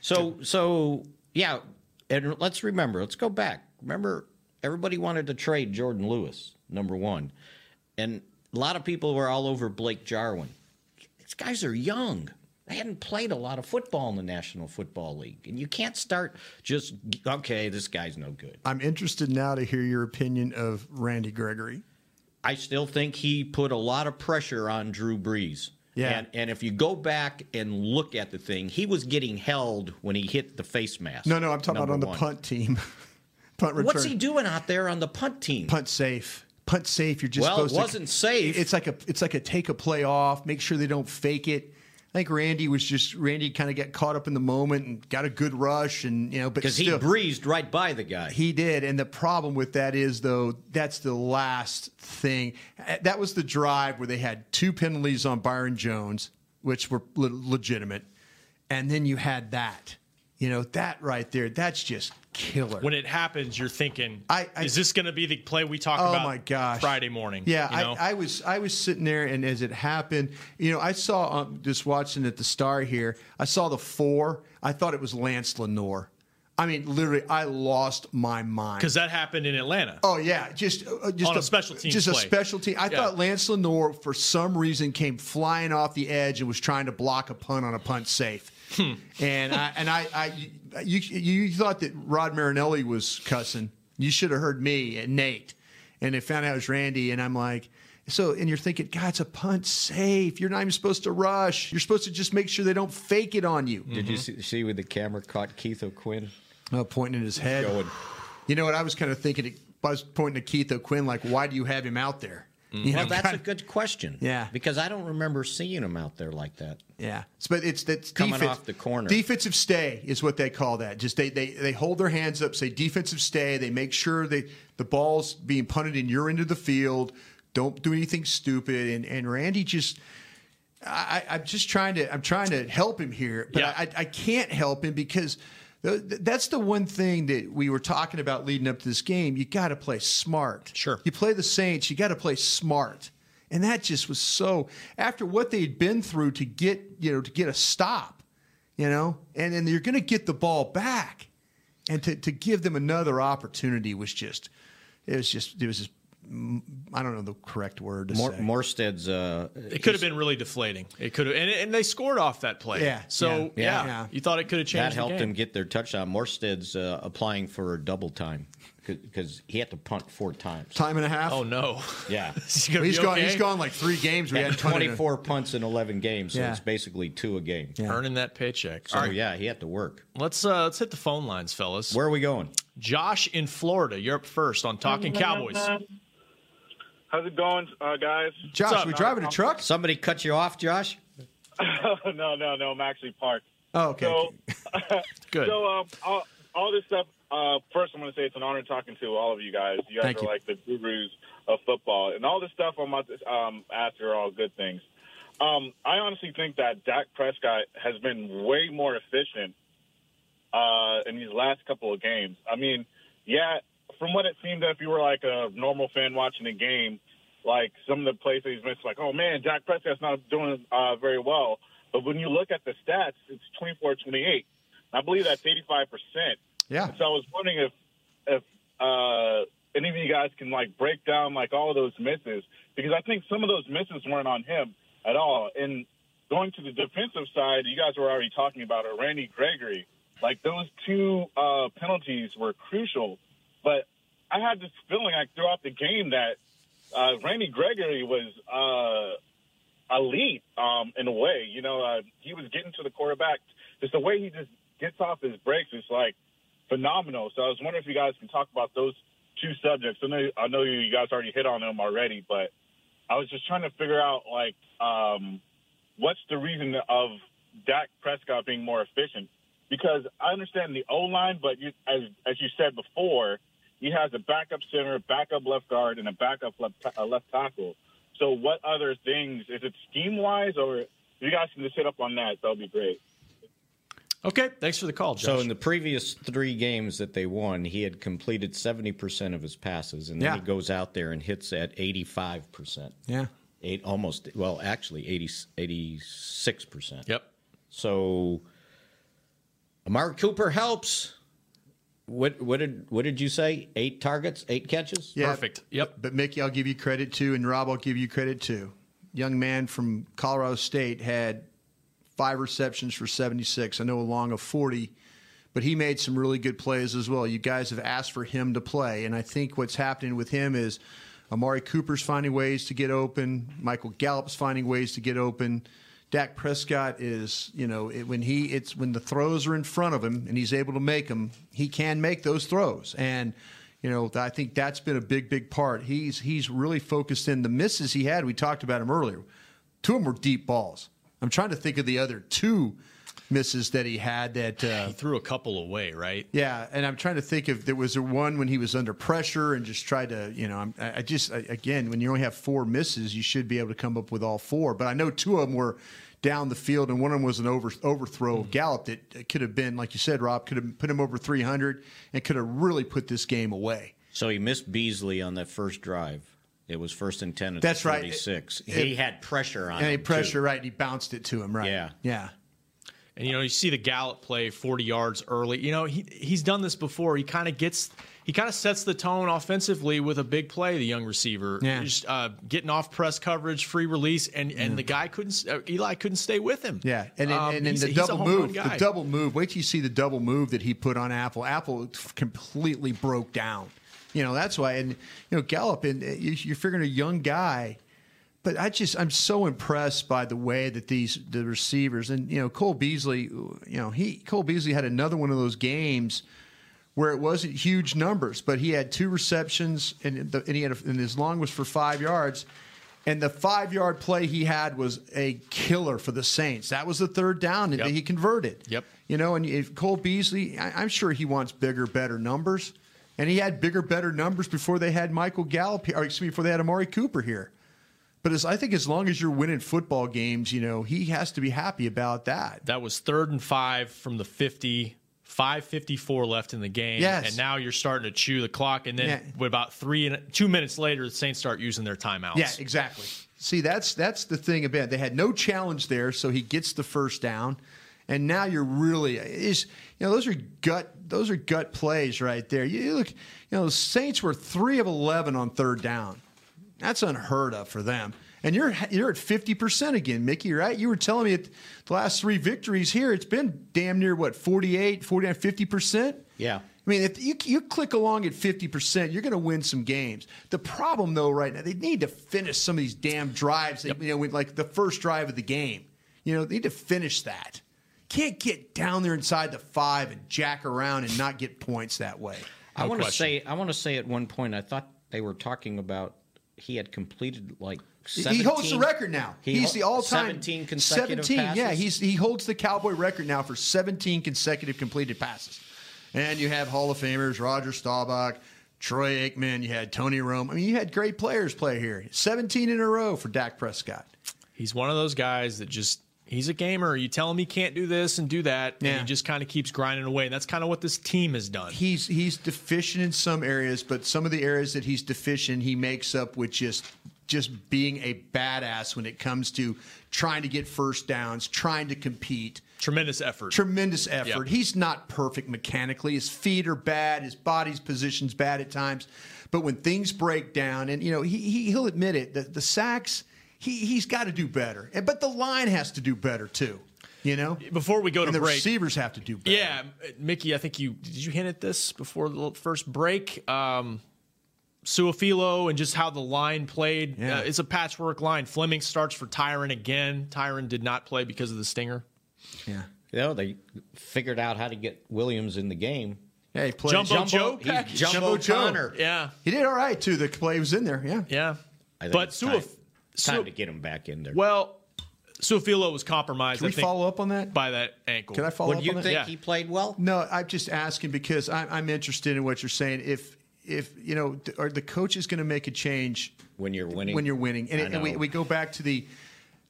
Speaker 6: So so yeah, and let's remember. Let's go back. Remember, everybody wanted to trade Jordan Lewis, number one, and a lot of people were all over Blake Jarwin. These guys are young. They hadn't played a lot of football in the National Football League. And you can't start just, okay, this guy's no good.
Speaker 5: I'm interested now to hear your opinion of Randy Gregory.
Speaker 6: I still think he put a lot of pressure on Drew Brees.
Speaker 5: Yeah.
Speaker 6: And, and if you go back and look at the thing, he was getting held when he hit the face mask.
Speaker 5: No, no, I'm talking about on
Speaker 6: number
Speaker 5: the
Speaker 6: one.
Speaker 5: punt team. punt return.
Speaker 6: What's he doing out there on the punt team?
Speaker 5: Punt safe. Punt safe. You're just
Speaker 6: Well, it
Speaker 5: supposed to-
Speaker 6: wasn't safe.
Speaker 5: It's like a it's like a take a play off. Make sure they don't fake it. I think Randy was just Randy kind of got caught up in the moment and got a good rush and you know, but
Speaker 6: Because he
Speaker 5: still,
Speaker 6: breezed right by the guy.
Speaker 5: He did, and the problem with that is though that's the last thing. Uh, That was the drive where they had two penalties on Byron Jones, which were le- legitimate, and then you had that. You know that right there. That's just killer.
Speaker 8: When it happens, you're thinking,
Speaker 5: I- I-
Speaker 8: is this going to be the play we talk
Speaker 5: Oh
Speaker 8: about
Speaker 5: my gosh.
Speaker 8: Friday morning?
Speaker 5: Yeah,
Speaker 8: you know?
Speaker 5: I, I was I was sitting there, and as it happened, you know, I saw um, just watching at the star here. I saw the four. I thought it was Lance Lenore. I mean, literally, I lost my mind
Speaker 8: because that happened in Atlanta.
Speaker 5: Oh yeah, just uh, just
Speaker 8: On a special teams
Speaker 5: just a
Speaker 8: play.
Speaker 5: special team. I
Speaker 8: Yeah.
Speaker 5: thought Lance Lenore for some reason came flying off the edge and was trying to block a punt on a punt safe. And I and I, I you you thought that Rod Marinelli was cussing. You should have heard me and Nate. And they found out it was Randy. And I'm like. So and you're thinking, God, it's a punt safe. You're not even supposed to rush. You're supposed to just make sure they don't fake it on you.
Speaker 6: Did you see, see where the camera caught Keith O'Quinn?
Speaker 5: Uh, pointing at his head.
Speaker 6: Going.
Speaker 5: You know what? I was kind of thinking. I was pointing to Keith O'Quinn, like, why do you have him out there? You know,
Speaker 6: Mm-hmm. Well, that's
Speaker 5: kinda-
Speaker 6: a good question.
Speaker 5: Yeah.
Speaker 6: Because I don't remember seeing him out there like that.
Speaker 5: Yeah, It's- but it's that's
Speaker 6: Coming
Speaker 5: defense-
Speaker 6: off the corner.
Speaker 5: Defensive stay is what they call that. Just they they they hold their hands up, say defensive stay. They make sure they the ball's being punted in your end of the field. Don't do anything stupid. And and Randy just. I, I- I'm just trying to. I'm trying to help him here, but I, I can't help him because th- th- that's the one thing that we were talking about leading up to this game. You got to play smart. Sure. You play the Saints. You got to play smart. And that just was so after what they'd been through to get you know to get a stop, you know, and and you're going to get the ball back, and to to give them another opportunity was just it was just it was just mm, I don't know the correct word to
Speaker 6: Mor-
Speaker 5: say.
Speaker 6: Morstead's. Uh,
Speaker 8: It could have been really deflating. It could have, and, and they scored off that play.
Speaker 6: Yeah,
Speaker 8: So
Speaker 6: yeah,
Speaker 8: yeah,
Speaker 6: yeah.
Speaker 8: you thought it could have changed.
Speaker 6: That helped
Speaker 8: the game.
Speaker 6: him get their touchdown. Morstead's uh, applying for a double time because he had to punt four times.
Speaker 5: Time and a half.
Speaker 8: Oh no.
Speaker 6: Yeah,
Speaker 8: Is he gonna He's be gone- okay? he's gone like
Speaker 5: three games.
Speaker 8: we hadn't punted a-
Speaker 6: twenty-four punts in eleven games, so
Speaker 8: Yeah.
Speaker 6: it's basically two a game.
Speaker 8: Earning that paycheck.
Speaker 6: So
Speaker 8: All right.
Speaker 6: yeah, he had to work.
Speaker 8: Let's uh, let's hit the phone lines, fellas. Where
Speaker 6: are we going?
Speaker 8: Josh in Florida. You're up first on Talking Cowboys.
Speaker 12: How's it going, uh, guys?
Speaker 6: Somebody cut you off, Josh?
Speaker 12: no, no, no. I'm actually parked.
Speaker 5: Oh, okay.
Speaker 12: So,
Speaker 6: Good.
Speaker 12: So, um, all, all this stuff. Uh, first, I'm going to say it's an honor talking to all of you guys. You guys
Speaker 13: Thank
Speaker 12: are
Speaker 13: you.
Speaker 12: like the gurus of football, and all this stuff I'm about to um, ask are all good things. Um, I honestly think that Dak Prescott has been way more efficient uh, in these last couple of games. I mean, yeah, from what it seemed, if you were like a normal fan watching the game, like some of the plays that he's missed, like, oh man, Dak Prescott's not doing uh, very well. But when you look at the stats, it's 24 28. I believe that's 85%.
Speaker 5: Yeah.
Speaker 12: So I was wondering if, if uh, any of you guys can like break down like all those misses, because I think some of those misses weren't on him at all. And going to the defensive side, you guys were already talking about it, Randy Gregory. Like those two uh, penalties were crucial, but I had this feeling like throughout the game that uh, Randy Gregory was uh, elite um, in a way. You know, uh, he was getting to the quarterback. Just the way he just gets off his breaks is like phenomenal. So I was wondering if you guys can talk about those two subjects. I know I know you you guys already hit on them already, but I was just trying to figure out like um, what's the reason of Dak Prescott being more efficient? Because I understand the O line, but you, as as you said before, he has a backup center, backup left guard, and a backup left, uh, left tackle. So what other things is it scheme wise, or if you guys can just hit up on that? That would be great.
Speaker 8: Okay, thanks for the call, Josh.
Speaker 6: So in the previous three games that they won, he had completed seventy percent of his passes, and then
Speaker 5: Yeah.
Speaker 6: he goes out there and hits at eighty-five percent.
Speaker 5: Yeah.
Speaker 6: Eight, almost. Well, actually, 80, 86 percent.
Speaker 8: Yep.
Speaker 6: So, Amari Cooper helps. What what did what did you say? Eight targets, eight catches.
Speaker 5: Yep. But Mickey, I'll give you credit too, and Rob, I'll give you credit too. Young man from Colorado State had five receptions for 76. I know along of 40, but he made some really good plays as well. You guys have asked for him to play, and I think what's happening with him is Amari Cooper's finding ways to get open, Michael Gallup's finding ways to get open. Dak Prescott is, you know, it, when he it's when the throws are in front of him and he's able to make them, he can make those throws. And you know, I think that's been a big, big part. He's he's really focused in the misses he had. We talked about him earlier. Two of them were deep balls. I'm trying to think of the other two misses that he had that uh,
Speaker 8: He threw a couple away, right?
Speaker 5: yeah, and I'm trying to think if there was a one when he was under pressure and just tried to, you know, I'm, I I just I, again when you only have four misses, you should be able to come up with all four. But I know two of them were down the field, and one of them was an over, overthrow
Speaker 6: Mm-hmm.
Speaker 5: of Gallup that it could have been, like you said, Rob, could have put him over 300 and could have really put this game away.
Speaker 6: So he missed Beasley on that first drive. It was first and ten at
Speaker 5: That's
Speaker 6: the
Speaker 5: right.
Speaker 6: 36.
Speaker 5: It-
Speaker 6: he had pressure on
Speaker 5: and he
Speaker 6: him.
Speaker 5: pressure right, and he bounced it to him right.
Speaker 6: Yeah.
Speaker 5: yeah.
Speaker 8: And you know, you see the Gallup play 40 yards early. You know, he he's done this before. He kind of gets he kind of sets the tone offensively with a big play. The young receiver,
Speaker 5: Yeah.
Speaker 8: just uh, getting off press coverage, free release, and and
Speaker 5: Yeah.
Speaker 8: the guy couldn't uh, Eli couldn't stay with him.
Speaker 5: Yeah, and then,
Speaker 8: Um,
Speaker 5: and then
Speaker 8: he's-
Speaker 5: the
Speaker 8: he's a
Speaker 5: double
Speaker 8: home run
Speaker 5: move, the
Speaker 8: guy.
Speaker 5: double move. Wait till you see the double move that he put on Apple. Apple completely broke down. You know that's why, and you know Gallup, and uh, you- you're figuring a young guy, but I just I'm so impressed by the way that these the receivers and you know Cole Beasley, you know he Cole Beasley had another one of those games where it wasn't huge numbers, but he had two receptions and, the, and he had a, and his long was for five yards. And the five yard play he had was a killer for the Saints. That was the third down that he converted. Yep. You know, and if Cole Beasley, I, I'm sure he wants bigger, better numbers. And he had bigger, better numbers before they had Michael Gallup, here- or excuse me, before they had Amari Cooper here. But as, I think as long as you're winning football games, you know, he has to be happy about that.
Speaker 8: That was third and five from the 50. 554 left in the game.
Speaker 5: Yes.
Speaker 8: And now you're starting to chew the clock. And then
Speaker 5: Yeah.
Speaker 8: with about three and two minutes later, the Saints start using their timeouts.
Speaker 5: Yeah, exactly. See, that's that's the thing about it. they had no challenge there, so he gets the first down, and now you're really is you know those are gut those are gut plays right there. You look, you know, the Saints were three of eleven on third down. That's unheard of for them. And you're you're at fifty percent again, Mickey. Right? You were telling me at the last three victories here, it's been damn near what 48, 49, 50 percent.
Speaker 6: Yeah.
Speaker 5: I mean, if you, you click along at 50%, you're going to win some games. The problem, though, right now, they need to finish some of these damn drives, that, you know, with like the first drive of the game. You know, they need to finish that. Can't get down there inside the five and jack around and not get points that way.
Speaker 6: I want to say I want to say at one point I thought they were talking about he had completed like 17,
Speaker 5: he holds the record now.
Speaker 6: He
Speaker 5: he's
Speaker 6: hol-
Speaker 5: the all-time
Speaker 6: 17 consecutive
Speaker 5: 17, Yeah,
Speaker 6: passes?
Speaker 5: he's he holds the Cowboy record now for 17 consecutive completed passes. And you have Hall of Famers Roger Staubach, Troy Aikman. You had Tony Rome. I mean, you had great players play here. 17 in a row for Dak Prescott.
Speaker 8: He's one of those guys that just he's a gamer. You tell him he can't do this and do that, and he just kind of keeps grinding away. And that's kind of what this team has done.
Speaker 5: He's he's deficient in some areas, but some of the areas that he's deficient, he makes up with just just being a badass when it comes to trying to get first downs, trying to compete.
Speaker 8: Tremendous effort.
Speaker 5: Tremendous effort. He's not perfect mechanically. His feet are bad. His body's position's bad at times. But when things break down, and you know he, he he'll admit it, the, the sacks he he's got to do better. And but the line has to do better too. You know,
Speaker 8: before we go to
Speaker 5: and the
Speaker 8: break-
Speaker 5: receivers have to do better.
Speaker 8: Yeah, Mickey, I think you did you hint at this before the first break. Um Suafilo and just how the line played.
Speaker 5: Yeah.
Speaker 8: Uh, it's a patchwork line. Fleming starts for Tyron again. Tyron did not play because of the stinger.
Speaker 5: Yeah.
Speaker 6: You know, they figured out how to get Williams in the game.
Speaker 5: Yeah, he played
Speaker 6: Jumbo, Joe. He's Jumbo, Connor.
Speaker 8: Yeah.
Speaker 5: He did all right too. The play was in there. Yeah.
Speaker 8: Yeah.
Speaker 6: I think
Speaker 8: But
Speaker 6: it's
Speaker 8: Sua-
Speaker 6: time, it's time
Speaker 8: Sua-
Speaker 6: to get him back in there.
Speaker 8: Well, Suafilo was compromised.
Speaker 5: Can
Speaker 8: I
Speaker 5: we
Speaker 8: think,
Speaker 5: follow up on that?
Speaker 8: by that ankle.
Speaker 5: Can I follow up on that?
Speaker 8: Yeah.
Speaker 6: played well?
Speaker 5: No, I'm just asking because I'm, I'm interested in what you're saying. If if you know, th- are the coach is going to make a change
Speaker 6: when you're winning?
Speaker 5: When you're winning, and,
Speaker 6: I
Speaker 5: it- and we,
Speaker 6: know.
Speaker 5: we go back to the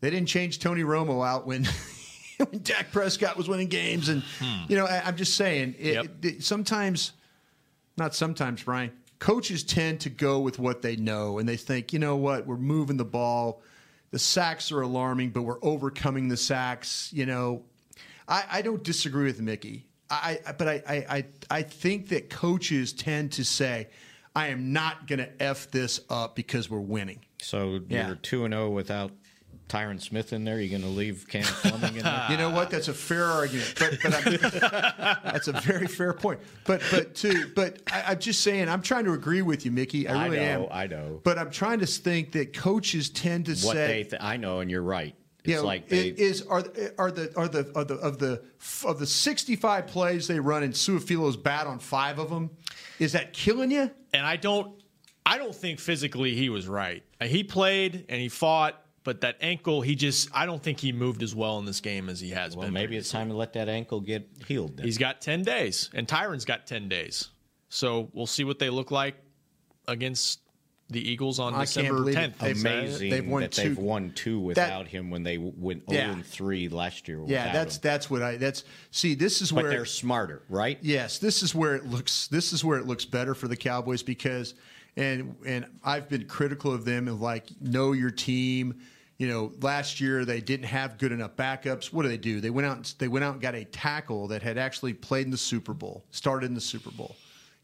Speaker 5: they didn't change Tony Romo out when. when Dak Prescott was winning games, and you know, I, I'm just saying, it, it- sometimes, not sometimes, Brian, coaches tend to go with what they know, and they think, you know what, we're moving the ball, the sacks are alarming, but we're overcoming the sacks. You know, I, I don't disagree with Mickey. I, I but I, I I I think that coaches tend to say, I am not going to f this up because we're winning.
Speaker 6: So
Speaker 5: Yeah.
Speaker 6: you're two and zero Oh, without Tyron Smith in there? Are you going to leave Cam Fleming in there?
Speaker 5: You know what? That's a fair argument, but, but I'm, that's a very fair point. But but to but I, I'm just saying I'm trying to agree with you, Mickey. I
Speaker 6: I
Speaker 5: really
Speaker 6: know,
Speaker 5: am.
Speaker 6: I know.
Speaker 5: But I'm trying to think that coaches tend to
Speaker 6: what
Speaker 5: say
Speaker 6: they th- I know, and you're right. It's
Speaker 5: you know,
Speaker 6: like they,
Speaker 5: it is are are the are the are the of the of the 65 plays they run and Suafilo's bad on five of them. Is that killing you?
Speaker 8: And I don't I don't think physically he was right. Uh, He played and he fought, but that ankle, he just I don't think he moved as well in this game as he has been.
Speaker 6: maybe it's time to let that ankle get healed. Then.
Speaker 8: He's got 10 days and Tyron's got 10 days. So we'll see what they look like against the Eagles on December 10th.
Speaker 6: Amazing that they've won two without
Speaker 8: That-
Speaker 6: him when they w- went
Speaker 8: Yeah.
Speaker 6: 0 and 3 last year.
Speaker 5: Yeah,
Speaker 6: without
Speaker 5: that's
Speaker 6: him.
Speaker 5: that's what I that's see this is
Speaker 6: but
Speaker 5: where
Speaker 6: they're smarter, right?
Speaker 5: Yes, this is where it looks. This is where it looks better for the Cowboys because, and and I've been critical of them of like know your team. You know, last year they didn't have good enough backups. What do they do? They went out. and- They went out and got a tackle that had actually played in the Super Bowl, started in the Super Bowl.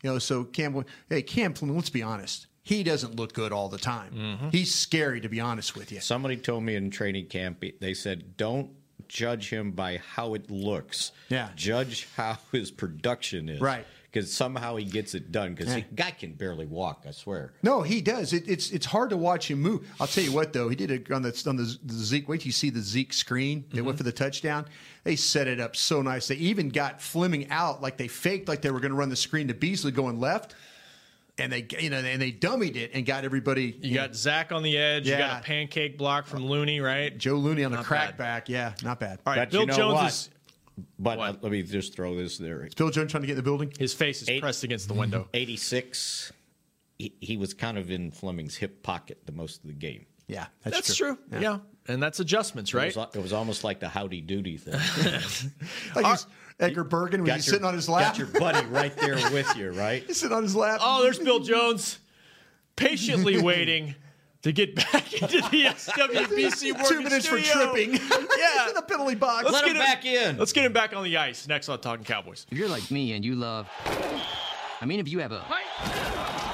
Speaker 5: You know, so Cam. Hey, Cam. Let's be honest. He doesn't look good all the time. He's scary, to be honest with you.
Speaker 6: Mm-hmm. Somebody told me in training camp, they said, don't judge him by how it looks.
Speaker 5: Yeah.
Speaker 6: Judge how his production is.
Speaker 5: Right.
Speaker 6: Because somehow he gets it done because
Speaker 5: Yeah.
Speaker 6: the guy can barely walk, I swear.
Speaker 5: No, he does. It, it's it's hard to watch him move. I'll tell you what though, he did it on the on the, the Zeke. Wait, till you see the Zeke screen. They
Speaker 8: Mm-hmm.
Speaker 5: went for the touchdown. They set it up so nice. They even got Fleming out like they faked like they were going to run the screen to Beasley going left, and they you know and they dummied it and got everybody.
Speaker 8: You got Zach on the edge. You
Speaker 5: Yeah.
Speaker 8: got a pancake block from Looney, right?
Speaker 5: Joe Looney on the
Speaker 8: Not
Speaker 5: crackback. Yeah, not bad.
Speaker 8: All right,
Speaker 6: But
Speaker 8: Bill
Speaker 6: you know
Speaker 8: Jones
Speaker 6: what?
Speaker 8: is
Speaker 6: But uh, let me just throw this there. It's
Speaker 5: Bill Jones trying to get in the building.
Speaker 8: His face is pressed against the window.
Speaker 6: 86. He, he was kind of in Fleming's hip pocket the most of the game.
Speaker 5: Yeah,
Speaker 8: that's, true. yeah. And that's adjustments, right?
Speaker 6: It was, al- it was almost like the howdy doody thing.
Speaker 5: Like he's- Edgar Bergen when
Speaker 6: Got
Speaker 5: he's
Speaker 6: your-
Speaker 5: sitting on his lap.
Speaker 6: Got your buddy right there with you, right?
Speaker 5: he's sitting on his lap.
Speaker 8: Oh, there's Bill Jones patiently waiting to get back into the SWBC Morgan
Speaker 5: Two minutes for
Speaker 8: studio.
Speaker 5: tripping. yeah, in a penalty box.
Speaker 8: Let's get Let's get him back on the ice. Next on Talking Cowboys.
Speaker 9: If you're like me and you love. I mean, if you have a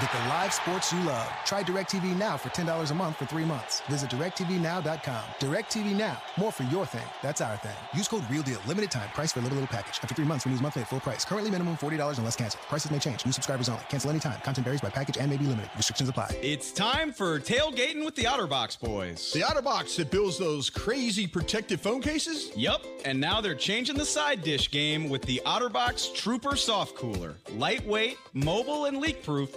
Speaker 10: Get the live sports you love. Try DirecTV Now for $10 a month for three months. Visit DirecTVNow.com. DirecTV Now. More for your thing. That's our thing. Use code REALDEAL. Limited time. Price for a little, little package. After three months, renews monthly at full price. Currently minimum $40 unless canceled. Prices may change. New subscribers only. Cancel anytime. Content varies by package and may be limited. Restrictions apply.
Speaker 3: It's time for tailgating with the Otterbox boys.
Speaker 13: The OtterBox that builds those crazy protective phone cases?
Speaker 3: Yep, and now they're changing the side dish game with the OtterBox Trooper Soft Cooler. Lightweight, mobile, and leak-proof,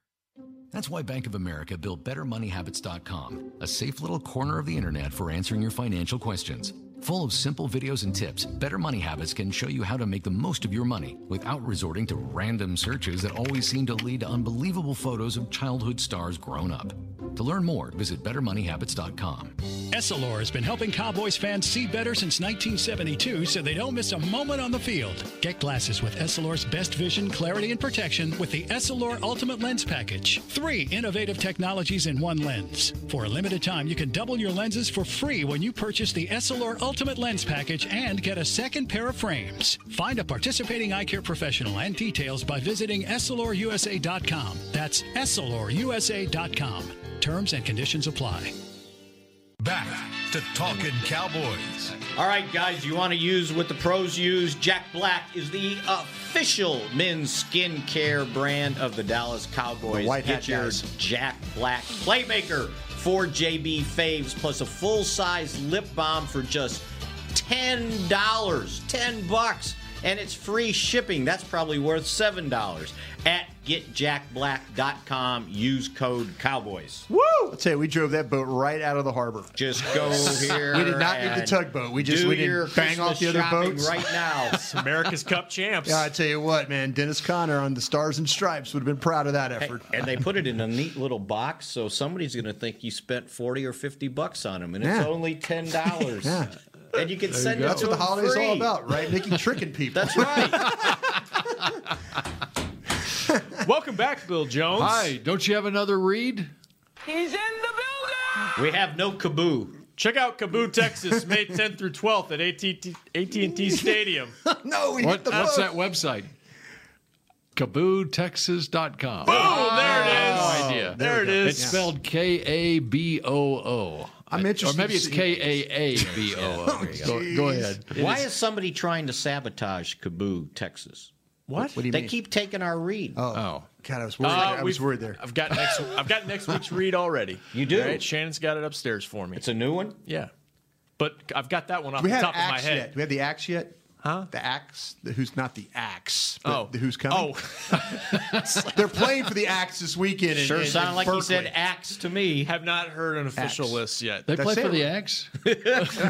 Speaker 14: That's why Bank of America built BetterMoneyHabits.com, a safe little corner of the internet for answering your financial questions. Full of simple videos and tips, Better Money Habits can show you how to make the most of your money without resorting to random searches that always seem to lead to unbelievable photos of childhood stars grown up. To learn more, visit BetterMoneyHabits.com.
Speaker 2: Essilor has been helping Cowboys fans see better since 1972 so they don't miss a moment on the field. Get glasses with Essilor's best vision, clarity, and protection with the Essilor Ultimate Lens Package. Three innovative technologies in one lens. For a limited time, you can double your lenses for free when you purchase the Essilor Ultimate Lens Package and get a second pair of frames. Find a participating eye care professional and details by visiting EssilorUSA.com. That's EssilorUSA.com. Terms and conditions apply.
Speaker 1: Back to Talking Cowboys.
Speaker 6: All right, guys, you want to use what the pros use? Jack Black is the official men's skincare brand of the Dallas Cowboys.
Speaker 5: The white
Speaker 6: Get
Speaker 5: hat
Speaker 6: your
Speaker 5: guys.
Speaker 6: Jack Black Playmaker for JB Faves, plus a full size lip balm for just ten dollars, ten bucks, and it's free shipping. That's probably worth seven dollars. At getjackblack.com, use code Cowboys.
Speaker 5: Woo! I'll tell you, we drove that boat right out of the harbor.
Speaker 6: Just go here.
Speaker 5: we did not need the
Speaker 6: and
Speaker 5: tugboat. We just
Speaker 6: do
Speaker 5: we
Speaker 6: your
Speaker 5: didn't bang off the
Speaker 6: Christmas
Speaker 5: other
Speaker 6: shopping
Speaker 5: boats
Speaker 6: right now. It's
Speaker 8: America's Cup champs.
Speaker 5: Yeah, I tell you what, man, Dennis Connor on the Stars and Stripes would have been proud of that effort.
Speaker 6: And they put it in a neat little box, so somebody's going to think you spent forty or fifty bucks on them, and it's
Speaker 5: Yeah.
Speaker 6: only ten dollars. And you can
Speaker 5: There you
Speaker 6: send
Speaker 5: go.
Speaker 6: it.
Speaker 5: That's
Speaker 6: to
Speaker 5: what the
Speaker 6: them
Speaker 5: holiday's
Speaker 6: free.
Speaker 5: all about, right? Nikki tricking people.
Speaker 6: That's right.
Speaker 8: Welcome back, Bill Jones.
Speaker 7: Hi, don't you have another read?
Speaker 8: He's in
Speaker 6: We have no Kaboo.
Speaker 8: Check out Kaboo, Texas, May 10th through 12th at AT&T, AT&T Stadium.
Speaker 5: no,
Speaker 7: What- what's that website? KabooTexas.com.
Speaker 8: Boom! There it is.
Speaker 7: No idea.
Speaker 8: Oh, There it is.
Speaker 7: It's spelled K A B O O.
Speaker 5: I'm
Speaker 7: Or
Speaker 5: interested
Speaker 7: maybe
Speaker 5: to
Speaker 7: it's
Speaker 5: see-
Speaker 7: K A A B O O.
Speaker 5: Oh,
Speaker 7: Go- Go ahead.
Speaker 6: Why is somebody trying to sabotage Kaboo, Texas?
Speaker 8: What?
Speaker 5: What do you
Speaker 6: they
Speaker 5: mean?
Speaker 6: keep taking our read.
Speaker 5: Oh. God, I
Speaker 6: Uh,
Speaker 5: was worried. I was worried there.
Speaker 8: Uh, I've got next. I've got next week's read already.
Speaker 6: You do?
Speaker 8: All Shannon's got it upstairs for me. It's
Speaker 6: a new one.
Speaker 8: Yeah, but I've got that one
Speaker 5: Do
Speaker 8: off
Speaker 5: we
Speaker 8: the
Speaker 5: have
Speaker 8: top of my
Speaker 5: axe
Speaker 8: head.
Speaker 5: yet? Do we have the axe yet?
Speaker 8: Huh?
Speaker 5: The axe? The- who's not the axe? But
Speaker 8: Oh.
Speaker 5: the who's coming?
Speaker 8: Oh,
Speaker 5: they're playing for the axe this weekend. In,
Speaker 8: Sure
Speaker 5: in- in
Speaker 8: sounded like you said
Speaker 5: Berkeley.
Speaker 6: axe to me.
Speaker 8: Have not heard an official
Speaker 5: Axe.
Speaker 8: list yet.
Speaker 7: They
Speaker 5: That's
Speaker 7: play for
Speaker 5: it.
Speaker 7: the Axe?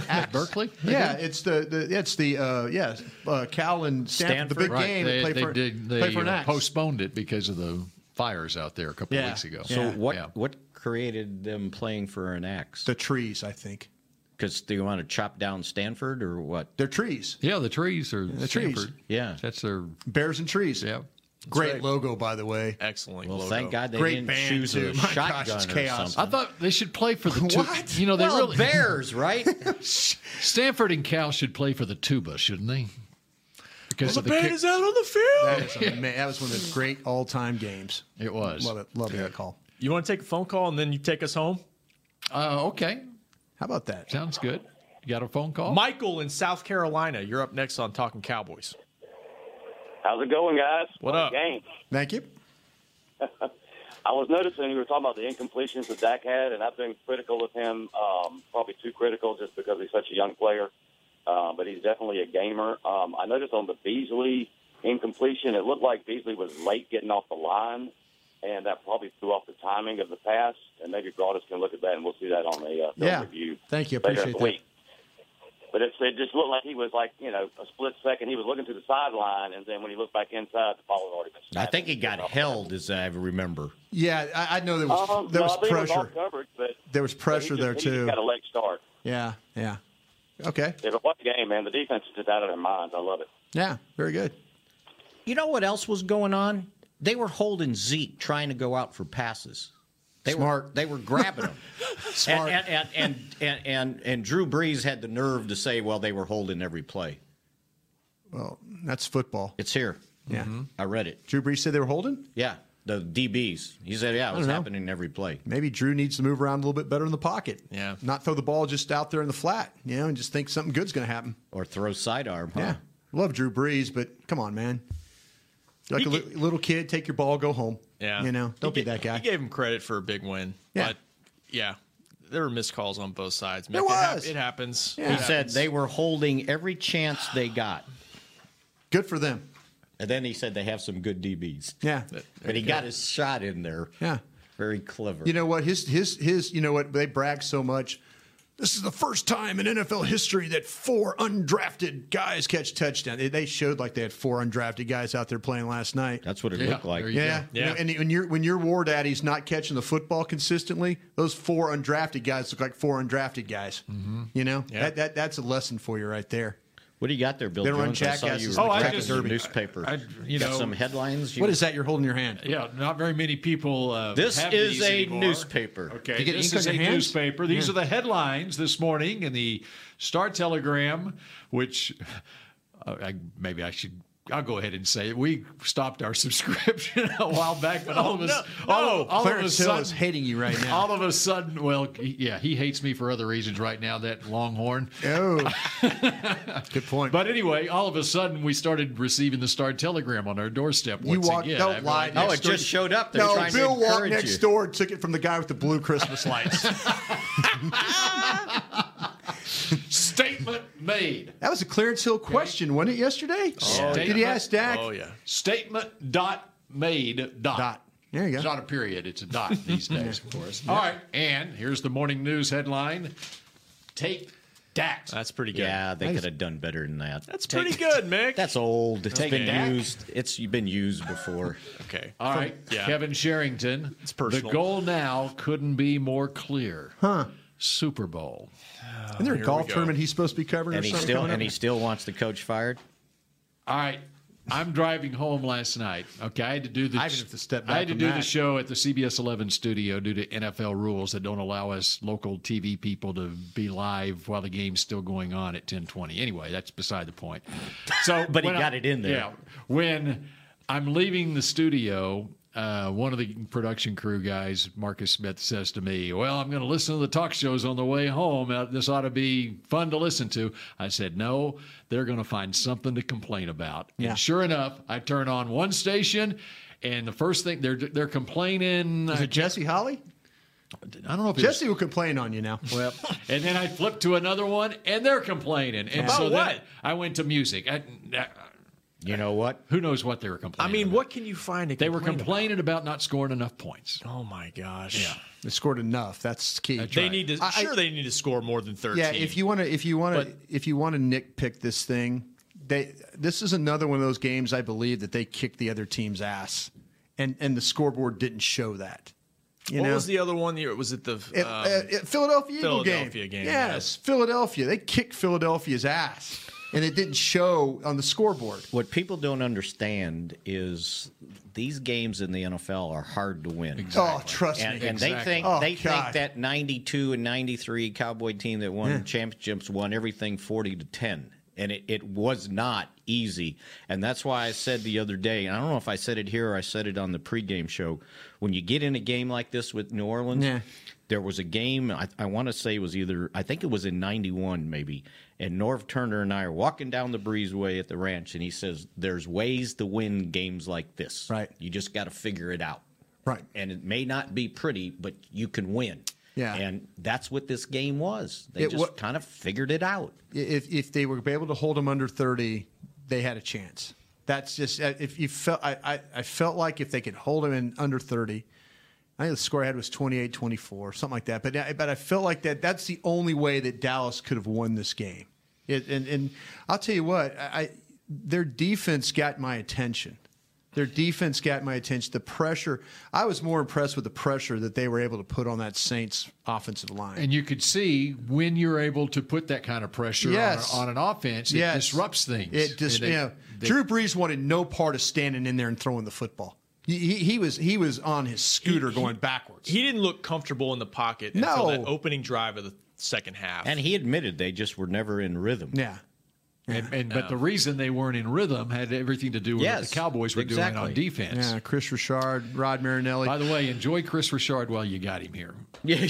Speaker 7: At Berkeley?
Speaker 5: Yeah, it's the, the it's the uh, yes uh, Cal and Stanford, the big
Speaker 7: Right,
Speaker 5: game.
Speaker 7: They,
Speaker 5: play
Speaker 7: they
Speaker 5: for,
Speaker 7: did,
Speaker 5: play
Speaker 7: they
Speaker 5: for an
Speaker 7: uh,
Speaker 5: axe.
Speaker 7: postponed it because of the fires out there a couple
Speaker 5: Yeah.
Speaker 7: weeks ago.
Speaker 6: So what?
Speaker 7: Yeah.
Speaker 6: What created them playing for an axe?
Speaker 5: The trees, I think.
Speaker 6: Because they want to chop down Stanford or what?
Speaker 5: They're trees.
Speaker 7: Yeah, the trees are
Speaker 5: the trees.
Speaker 7: Stanford.
Speaker 6: Yeah,
Speaker 7: that's their
Speaker 5: Bears and trees.
Speaker 7: Yeah.
Speaker 5: Great logo, by the way.
Speaker 8: Excellent.
Speaker 5: Oh,
Speaker 6: Well, thank God they
Speaker 5: Great
Speaker 6: didn't
Speaker 5: band,
Speaker 6: choose
Speaker 5: too.
Speaker 6: a
Speaker 5: My
Speaker 6: shotgun
Speaker 5: gosh, it's
Speaker 6: or
Speaker 5: chaos.
Speaker 7: I
Speaker 6: something.
Speaker 7: thought they should play for the tuba. You know, they
Speaker 6: well,
Speaker 7: really
Speaker 6: bears, right?
Speaker 7: Stanford and Cal should play for the tuba, shouldn't they? Because of the kick-
Speaker 8: out on the
Speaker 5: That,
Speaker 8: field.
Speaker 5: is ama- that was one of the great all time games.
Speaker 7: It was.
Speaker 5: Love it. Love that call.
Speaker 8: You want to take a phone call and then you take us home?
Speaker 7: Uh, okay.
Speaker 5: How about that?
Speaker 7: Sounds good. You got a phone call?
Speaker 8: Michael in South Carolina, you're up next on Talking Cowboys.
Speaker 15: How's it going, guys?
Speaker 8: What up?
Speaker 15: Game.
Speaker 5: Thank you.
Speaker 15: I was noticing you were talking about the incompletions that Dak had, and I've been critical of him, um, probably too critical just because he's such a young player. Uh, but he's definitely a gamer. Um, I noticed on the Beasley incompletion, it looked like Beasley was late getting off the line, and that probably threw off the timing of the pass. And maybe Broadus can look at that, and we'll see that on the uh, film
Speaker 5: Yeah.
Speaker 15: review.
Speaker 5: Thank you.
Speaker 15: later in
Speaker 5: Appreciate
Speaker 15: the
Speaker 5: that.
Speaker 15: week. But it's, it just looked like he was like, you know, a split second. He was looking to the sideline, and then when he looked back inside, the ball had already been
Speaker 6: I think he got held, as I remember.
Speaker 5: Yeah, I, I know there was
Speaker 15: Um,
Speaker 5: there
Speaker 15: no,
Speaker 5: was
Speaker 15: I believe it was
Speaker 5: pressure.
Speaker 15: all covered, but
Speaker 5: There was
Speaker 15: but he
Speaker 5: pressure
Speaker 15: just-
Speaker 5: there,
Speaker 15: he just
Speaker 5: too.
Speaker 15: got a leg start.
Speaker 5: Yeah, yeah. Okay.
Speaker 15: Yeah, but what a game, man! The defense is just out of their minds. I love it.
Speaker 5: Yeah, very good.
Speaker 6: You know what else was going on? They were holding Zeke trying to go out for passes. They Were,
Speaker 5: Smart.
Speaker 6: they were grabbing him.
Speaker 5: Smart.
Speaker 6: And, and, and, and, and, and, and Drew Brees had the nerve to say, well, they were holding every play.
Speaker 5: Well, that's football.
Speaker 6: It's here. Mm-hmm.
Speaker 5: Yeah.
Speaker 6: I read it.
Speaker 5: Drew Brees said they were holding.
Speaker 6: Yeah. The DBs. He said, yeah,
Speaker 5: I
Speaker 6: it
Speaker 5: don't
Speaker 6: was
Speaker 5: know.
Speaker 6: happening every play.
Speaker 5: Maybe Drew needs to move around a little bit better in the pocket.
Speaker 6: Yeah.
Speaker 5: Not throw the ball just out there in the flat, you know, and just think something good's going to happen.
Speaker 6: Or throw sidearm. Huh?
Speaker 5: Yeah. Love Drew Brees, but come on, man. You're like a li- little kid, take your ball, go home.
Speaker 8: Yeah.
Speaker 5: You know, don't
Speaker 8: He
Speaker 5: be that
Speaker 8: ga-
Speaker 5: guy.
Speaker 8: He gave him credit for a big win.
Speaker 5: Yeah.
Speaker 8: But yeah, there were missed calls on both sides.
Speaker 5: There
Speaker 8: It hap-
Speaker 5: was.
Speaker 8: It happens.
Speaker 5: Yeah.
Speaker 8: It
Speaker 6: He said
Speaker 8: happens.
Speaker 6: they were holding every chance they got.
Speaker 5: Good for them.
Speaker 6: And then he said they have some good DBs.
Speaker 5: Yeah.
Speaker 6: But he got his shot in there.
Speaker 5: Yeah.
Speaker 6: Very clever.
Speaker 5: You know what? His his his. You know what? They brag so much. This is the first time in NFL history that four undrafted guys catch touchdown. They- They showed like they had four undrafted guys out there playing last night.
Speaker 6: That's what it looked like.
Speaker 5: Yeah, You know, and when your when your war daddy's not catching the football consistently, those four undrafted guys look like four undrafted guys. You know that, that that's a lesson for you right there.
Speaker 6: What do you got there, Bill?
Speaker 5: They don't run
Speaker 6: Jones? I saw you
Speaker 5: jackasses
Speaker 6: were
Speaker 5: like
Speaker 6: checking
Speaker 5: Jack
Speaker 6: the
Speaker 5: Derby.
Speaker 6: newspaper.
Speaker 5: Oh, I-
Speaker 6: you
Speaker 5: you
Speaker 6: got
Speaker 5: know-
Speaker 6: some headlines. You-
Speaker 5: What is that you're holding in your hand?
Speaker 7: Yeah, not very many people. Uh,
Speaker 6: This
Speaker 7: have
Speaker 6: is
Speaker 7: these
Speaker 6: a
Speaker 7: anymore.
Speaker 6: newspaper.
Speaker 7: Okay,
Speaker 6: You get
Speaker 7: this
Speaker 6: ink on
Speaker 7: is
Speaker 6: your
Speaker 7: a
Speaker 6: hands?
Speaker 7: newspaper. These
Speaker 6: Yeah.
Speaker 7: are the headlines this morning in the Star Telegram, which uh, I, maybe I should I'll go ahead and say it. We stopped our subscription a while back, but all of us,
Speaker 5: Oh, no,
Speaker 7: all,
Speaker 5: no.
Speaker 7: of- all
Speaker 5: Clarence
Speaker 7: of a
Speaker 5: Hill
Speaker 7: sudden,
Speaker 5: is hating you right now.
Speaker 7: All of a sudden, well, yeah, he hates me for other reasons right now. That Longhorn.
Speaker 5: Oh, good point.
Speaker 7: But anyway, all of a sudden, we started receiving the Star Telegram on our doorstep.
Speaker 5: You
Speaker 7: Once
Speaker 5: walked.
Speaker 7: again. I
Speaker 5: Don't
Speaker 7: have
Speaker 5: lie.
Speaker 7: idea.
Speaker 5: next door. No, Bill walked next door and took it from the guy with the blue Christmas lights.
Speaker 7: Statement made.
Speaker 5: that was a Clarence Hill question, wasn't it? Yesterday.
Speaker 8: Oh,
Speaker 5: Did he ask Dak?
Speaker 7: Oh yeah. Statement dot made dot. dot.
Speaker 5: There you go.
Speaker 7: It's not a period. It's a dot these days, of course. All right, and here's the morning news headline: Take Dak.
Speaker 6: That's pretty good. Yeah, they could have done better than that. That's
Speaker 7: pretty
Speaker 8: good, Mick.
Speaker 6: That's old. It's
Speaker 7: Take
Speaker 6: been
Speaker 7: Dak.
Speaker 6: used. It's been used before.
Speaker 8: okay.
Speaker 7: All right, Kevin Sherrington. It's personal. The goal now couldn't be more clear. Huh? Super Bowl. Oh,
Speaker 5: Isn't there a golf tournament he's supposed to be covering
Speaker 6: And
Speaker 5: or
Speaker 6: he
Speaker 5: something?
Speaker 6: still
Speaker 5: coming up?
Speaker 6: and he still wants the coach fired.
Speaker 7: All right. I'm driving home last night. Okay, I had to do the
Speaker 5: I even have to step
Speaker 7: I
Speaker 5: back
Speaker 7: had to
Speaker 5: from
Speaker 7: do the
Speaker 5: that.
Speaker 7: show at the CBS 11 studio due to NFL rules that don't allow us local TV people to be live while the game's still going on at 10:20. Anyway, that's beside the point. So,
Speaker 6: But he
Speaker 7: Oh, when
Speaker 6: got it in there.
Speaker 7: Yeah, when I'm leaving the studio, uh, one of the production crew guys, Marcus Smith, says to me, Well, I'm going to listen to the talk shows on the way home. Uh, This ought to be fun to listen to. I said, No, they're going to find something to complain about.
Speaker 5: Yeah.
Speaker 7: And sure enough, I turn on one station. And the first thing they're they're complaining.
Speaker 5: Is
Speaker 7: I-
Speaker 5: it Jesse Holly?
Speaker 7: I don't know if it was-
Speaker 5: Jesse will complain on you now.
Speaker 7: Well, and then I flipped to another one, and they're complaining. And
Speaker 8: About
Speaker 7: so then
Speaker 8: what?
Speaker 7: I went to music. I,
Speaker 6: you know what?
Speaker 7: Who knows what they were complaining?
Speaker 8: I mean, what can you find? To
Speaker 7: They were
Speaker 8: complain about?
Speaker 7: complaining about not scoring enough points.
Speaker 8: Oh my gosh!
Speaker 7: Yeah.
Speaker 5: They scored enough. That's key.
Speaker 8: Uh, They need to.
Speaker 5: I- I-
Speaker 8: sure, they need to score more than thirteen.
Speaker 5: Yeah, if you want to, if you want to, if you want to nitpick this thing, they this is another one of those games I believe that they kicked the other team's ass, and and the scoreboard didn't show that. You
Speaker 8: what
Speaker 5: know,
Speaker 8: was the other one? The was it the
Speaker 5: It-
Speaker 8: um,
Speaker 5: uh, it- Philadelphia Eagle game.
Speaker 8: Philadelphia game,
Speaker 5: Yes, Philadelphia. They kicked Philadelphia's ass, and it didn't show on the scoreboard.
Speaker 6: What people don't understand is these games in the NFL are hard to win.
Speaker 5: Exactly. Oh, trust
Speaker 6: and,
Speaker 5: me.
Speaker 6: And they
Speaker 5: Exactly.
Speaker 6: think
Speaker 5: Oh,
Speaker 6: they
Speaker 5: God.
Speaker 6: think that '92 and '93 Cowboy team that won
Speaker 5: Yeah.
Speaker 6: championships won everything 40 to 10, and it, it was not easy. And that's why I said the other day, and I don't know if I said it here or I said it on the pregame show. When you get in a game like this with New Orleans,
Speaker 5: Yeah.
Speaker 6: there was a game I, I want to say it was either I think it was in '91 maybe, and Norv Turner and I are walking down the breezeway at the ranch, and he says, "There's ways to win games like this. Right? You just got to figure it out.
Speaker 5: Right?
Speaker 6: And it may not be pretty, but you can win.
Speaker 5: Yeah.
Speaker 6: And that's what this game was. They
Speaker 5: It
Speaker 6: just
Speaker 5: wa-
Speaker 6: kind of figured it out.
Speaker 5: If if they were able to hold them under thirty, they had a chance. That's just uh, if you felt I, I, I felt like if they could hold them in under thirty, I think the score I had was 28-24, something like that. But I- but I felt like that that's the only way that Dallas could have won this game. It, and and I'll tell you what, I, I their defense got my attention. Their defense got my attention. The pressure, I was more impressed with the pressure that they were able to put on that Saints offensive line.
Speaker 7: And you could see when you're able to put that kind of pressure on
Speaker 5: Yes.
Speaker 7: a- on, an offense, it
Speaker 5: Yes.
Speaker 7: disrupts things.
Speaker 5: It just,
Speaker 7: And they-
Speaker 5: you know,
Speaker 7: they-
Speaker 5: Drew Brees wanted no part of standing in there and throwing the football. He, he, he was he was on his scooter going backwards.
Speaker 8: He didn't look comfortable in the pocket until
Speaker 5: No.
Speaker 8: that opening drive of the second half.
Speaker 6: And he admitted they just were never in rhythm.
Speaker 5: Yeah.
Speaker 7: and, and- but the reason they weren't in rhythm had everything to do with what
Speaker 6: Yes,
Speaker 7: the Cowboys were doing
Speaker 6: exactly.
Speaker 7: on defense.
Speaker 5: Yeah, Chris Richard, Rod Marinelli.
Speaker 7: By the way, enjoy Chris Richard while you got him here.
Speaker 6: Yeah.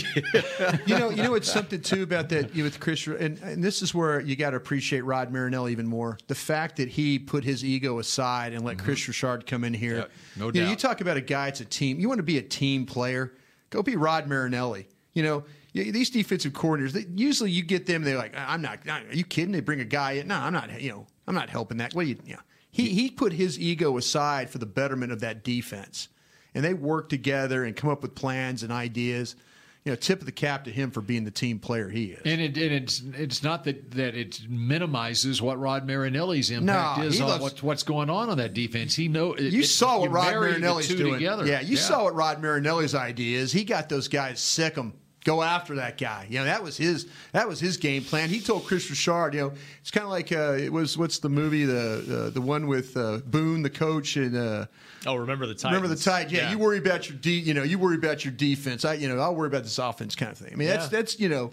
Speaker 5: you know, you know, it's something too about that you know, with Chris, and, and this is where you got to appreciate Rod Marinelli even more. The fact that he put his ego aside and let Chris Richard come in here.
Speaker 7: Mm-hmm. no
Speaker 5: You, know, you
Speaker 7: doubt.
Speaker 5: talk about a guy; it's a team. You want to be a team player? Go be Rod Marinelli. You know. y- These defensive coordinators, they, usually you get them. They're like, "I'm not. Are you kidding? They bring a guy in. No, I'm not. You know, I'm not helping that. What do you? you know. He he put his ego aside for the betterment of that defense, and they work together and come up with plans and ideas. You know, tip of the cap to him for being the team player he is.
Speaker 7: And, it, and it's it's not that, that it minimizes what Rod Marinelli's impact
Speaker 5: No,
Speaker 7: is
Speaker 5: he
Speaker 7: on
Speaker 5: loves-
Speaker 7: what, what's going on on that defense. He know it-
Speaker 5: You
Speaker 7: it-
Speaker 5: saw what
Speaker 7: you
Speaker 5: Rod
Speaker 7: marry the
Speaker 5: Marinelli's
Speaker 7: two
Speaker 5: doing.
Speaker 7: together.
Speaker 5: Yeah, you saw what Rod Marinelli's idea is. He got those guys sick 'em. Go after that guy. You know that was his. That was his game plan. He told Chris Richard. You know, it's kind of like uh, it was. What's the movie? The uh, the one with uh, Boone, the coach, and uh,
Speaker 8: oh, remember the time?
Speaker 5: Remember the tide. Yeah, you worry about your de- you know, you worry about your defense. I you know, I'll worry about this offense kind of thing. I mean, that's
Speaker 8: Yeah.
Speaker 5: that's you know,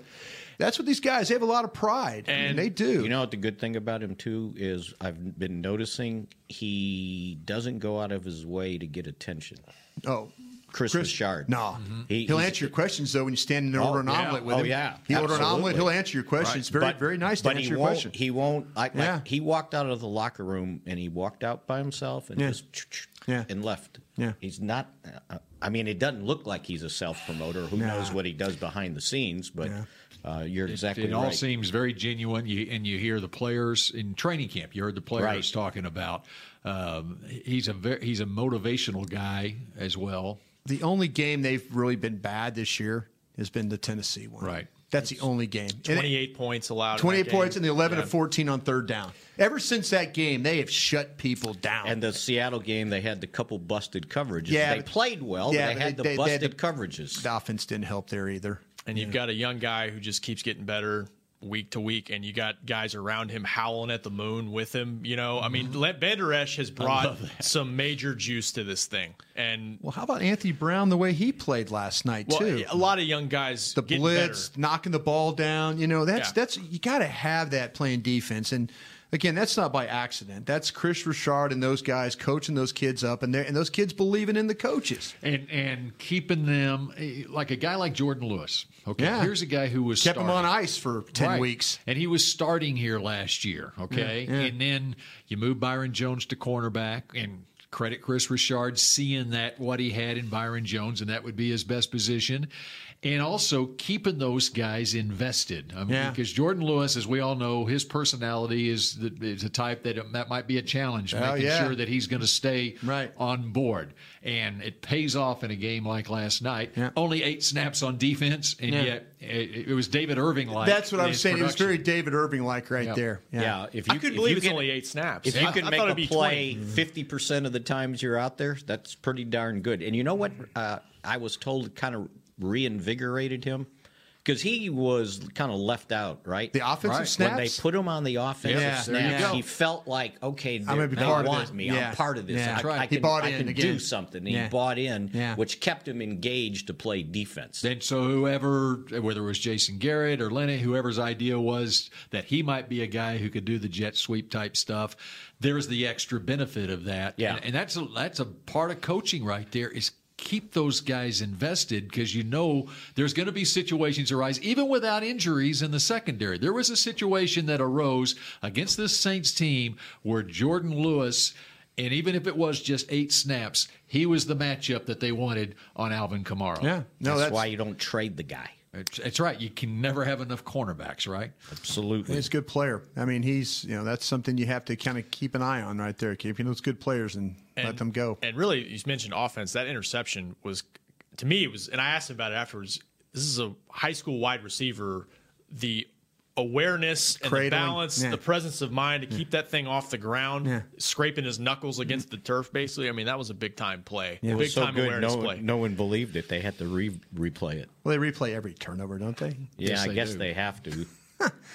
Speaker 5: That's what these guys. They have a lot of pride. I mean, they do.
Speaker 6: You know what the good thing about him too is I've been noticing he doesn't go out of his way to get attention.
Speaker 5: Oh,
Speaker 6: Chris, Richard. Mm-hmm.
Speaker 5: No,
Speaker 6: He-
Speaker 5: will
Speaker 6: he's-
Speaker 5: answer your questions though when you stand in there and order an
Speaker 6: yeah.
Speaker 5: omelet with
Speaker 6: oh,
Speaker 5: him.
Speaker 6: Yeah,
Speaker 5: he order an
Speaker 6: absolutely.
Speaker 5: omelet. He'll answer your questions. Very,
Speaker 6: But-
Speaker 5: very nice to
Speaker 6: but
Speaker 5: answer
Speaker 6: he
Speaker 5: your
Speaker 6: won't,
Speaker 5: question.
Speaker 6: He won't. Like, like,
Speaker 5: Yeah.
Speaker 6: he walked out of the locker room and he walked out by himself and
Speaker 5: Yeah.
Speaker 6: just ch- ch-
Speaker 5: Yeah.
Speaker 6: and left.
Speaker 5: Yeah.
Speaker 6: He's not. Uh, I mean, it doesn't look like he's a self promoter. Who
Speaker 7: Nah.
Speaker 6: knows what he does behind the scenes? But uh, you're exactly right.
Speaker 7: it all seems very genuine. You, and you hear the players in training camp. You heard the players
Speaker 6: Right.
Speaker 7: talking about. Um, he's a very, he's a motivational guy as well.
Speaker 5: the only game they've really been bad this year has been the Tennessee one. Right. That's the only game. And it-
Speaker 8: 28 points allowed. in that
Speaker 5: 28
Speaker 8: game.
Speaker 5: points and the 11
Speaker 8: Yeah.
Speaker 5: to 14 on third down. Ever since that game, they have shut people down.
Speaker 6: And the Seattle game, they had the couple busted coverages.
Speaker 5: Yeah,
Speaker 6: they
Speaker 5: but-
Speaker 6: played well.
Speaker 5: yeah,
Speaker 6: but
Speaker 5: but
Speaker 6: they
Speaker 5: they-
Speaker 6: had the
Speaker 5: they- they had
Speaker 6: busted coverages.
Speaker 5: The offense didn't help there either.
Speaker 8: And you've got a young guy who just keeps getting better week to week, and you got guys around him howling at the moon with him. You know, I
Speaker 5: Mm-hmm.
Speaker 8: mean, Le- Van Der Esch has brought some major juice to this thing, and
Speaker 5: Well, how about Anthony Brown, the way he played last night,
Speaker 8: well,
Speaker 5: too?
Speaker 8: a lot of young guys
Speaker 5: the
Speaker 8: getting
Speaker 5: blitz, knocking the ball down. You know, that's
Speaker 8: Yeah.
Speaker 5: that's you got to have that playing defense. And again, that's not by accident. That's Chris Richard and those guys coaching those kids up, and they and those kids believing in the coaches.
Speaker 7: And and keeping them eh, like a guy like Jordan Lewis. Okay,
Speaker 5: Yeah.
Speaker 7: here's a guy who was
Speaker 5: Kept him
Speaker 7: starting.
Speaker 5: on ice for 10
Speaker 7: Right.
Speaker 5: weeks.
Speaker 7: and he was starting here last year. Okay,
Speaker 5: Yeah, yeah.
Speaker 7: and then you move Byron Jones to cornerback and. Credit Chris Richard seeing that what he had in Byron Jones, and that would be his best position, and also keeping those guys invested. I mean,
Speaker 5: Yeah.
Speaker 7: because Jordan Lewis, as we all know, his personality is the is a type that that might be a challenge,
Speaker 5: Oh,
Speaker 7: making
Speaker 5: yeah.
Speaker 7: sure that he's going to stay on board, and it pays off in a game like last night. Only eight snaps on defense, and
Speaker 5: Yeah.
Speaker 7: yet it, it was David Irving like.
Speaker 5: That's what I was
Speaker 7: his
Speaker 5: saying. It was
Speaker 7: production.
Speaker 5: very David Irving like right
Speaker 7: Yeah.
Speaker 5: there.
Speaker 6: Yeah, if
Speaker 8: I
Speaker 6: you
Speaker 8: couldn't
Speaker 6: if
Speaker 8: believe
Speaker 6: you
Speaker 8: it's
Speaker 6: can-
Speaker 8: only eight snaps.
Speaker 6: If
Speaker 8: I-
Speaker 6: you
Speaker 8: I
Speaker 6: can
Speaker 8: thought
Speaker 6: make
Speaker 8: it'd
Speaker 6: a
Speaker 8: be
Speaker 6: play
Speaker 8: 20.
Speaker 6: fifty percent of the times you're out there, that's pretty darn good. And you know what? Uh, I was told kind of reinvigorated him because he was kind of left out, right? The
Speaker 5: offensive
Speaker 6: when they
Speaker 5: snaps?
Speaker 6: put him on the offensive
Speaker 5: Yeah, there you
Speaker 6: snaps,
Speaker 5: go.
Speaker 6: he felt like okay,
Speaker 5: I'm
Speaker 6: they,
Speaker 5: gonna be
Speaker 6: they
Speaker 5: part of
Speaker 6: want
Speaker 5: this.
Speaker 6: me.
Speaker 5: Yeah.
Speaker 6: I'm part of this.
Speaker 5: Yeah.
Speaker 6: I,
Speaker 5: That's right.
Speaker 6: I
Speaker 5: He
Speaker 6: can,
Speaker 5: bought
Speaker 6: I
Speaker 5: in
Speaker 6: can
Speaker 5: again.
Speaker 6: do something.
Speaker 5: Yeah.
Speaker 6: He bought in,
Speaker 7: Yeah.
Speaker 6: which kept him engaged to play defense.
Speaker 7: Then so whoever, whether it was Jason Garrett or Lenny, whoever's idea was that he might be a guy who could do the jet sweep type stuff, there's the extra benefit of that.
Speaker 6: Yeah.
Speaker 7: and, and that's a, that's a part of coaching right there is keep those guys invested because you know there's going to be situations arise even without injuries in the secondary. There was a situation that arose against this Saints team where Jordan Lewis. And even if it was just eight snaps, he was the matchup that they wanted on Alvin Kamara.
Speaker 5: Yeah. No,
Speaker 6: that's,
Speaker 5: that's-
Speaker 6: why you don't trade the guy.
Speaker 7: It's, it's right. You can never have enough cornerbacks, right?
Speaker 6: Absolutely.
Speaker 5: He's a good player. I mean, he's you know that's something you have to kind of keep an eye on right there. Keep you know, those good players and, let them go.
Speaker 8: And really, you mentioned offense. That interception was, to me, it was, and I asked him about it afterwards. This is a high school wide receiver. The awareness and
Speaker 5: Cradling.
Speaker 8: the balance,
Speaker 5: Yeah.
Speaker 8: the presence of mind to keep that thing off the ground,
Speaker 5: Yeah.
Speaker 8: scraping his knuckles against the turf, basically. I mean, that was a big time play,
Speaker 6: It
Speaker 8: big
Speaker 6: was so
Speaker 8: time
Speaker 6: good.
Speaker 8: awareness
Speaker 6: No,
Speaker 8: play.
Speaker 6: no one believed it. They had to re- replay it.
Speaker 5: Well, they replay every turnover, don't they?
Speaker 6: Yeah,
Speaker 5: Yes,
Speaker 6: I
Speaker 5: they
Speaker 6: guess
Speaker 5: do.
Speaker 6: they have to.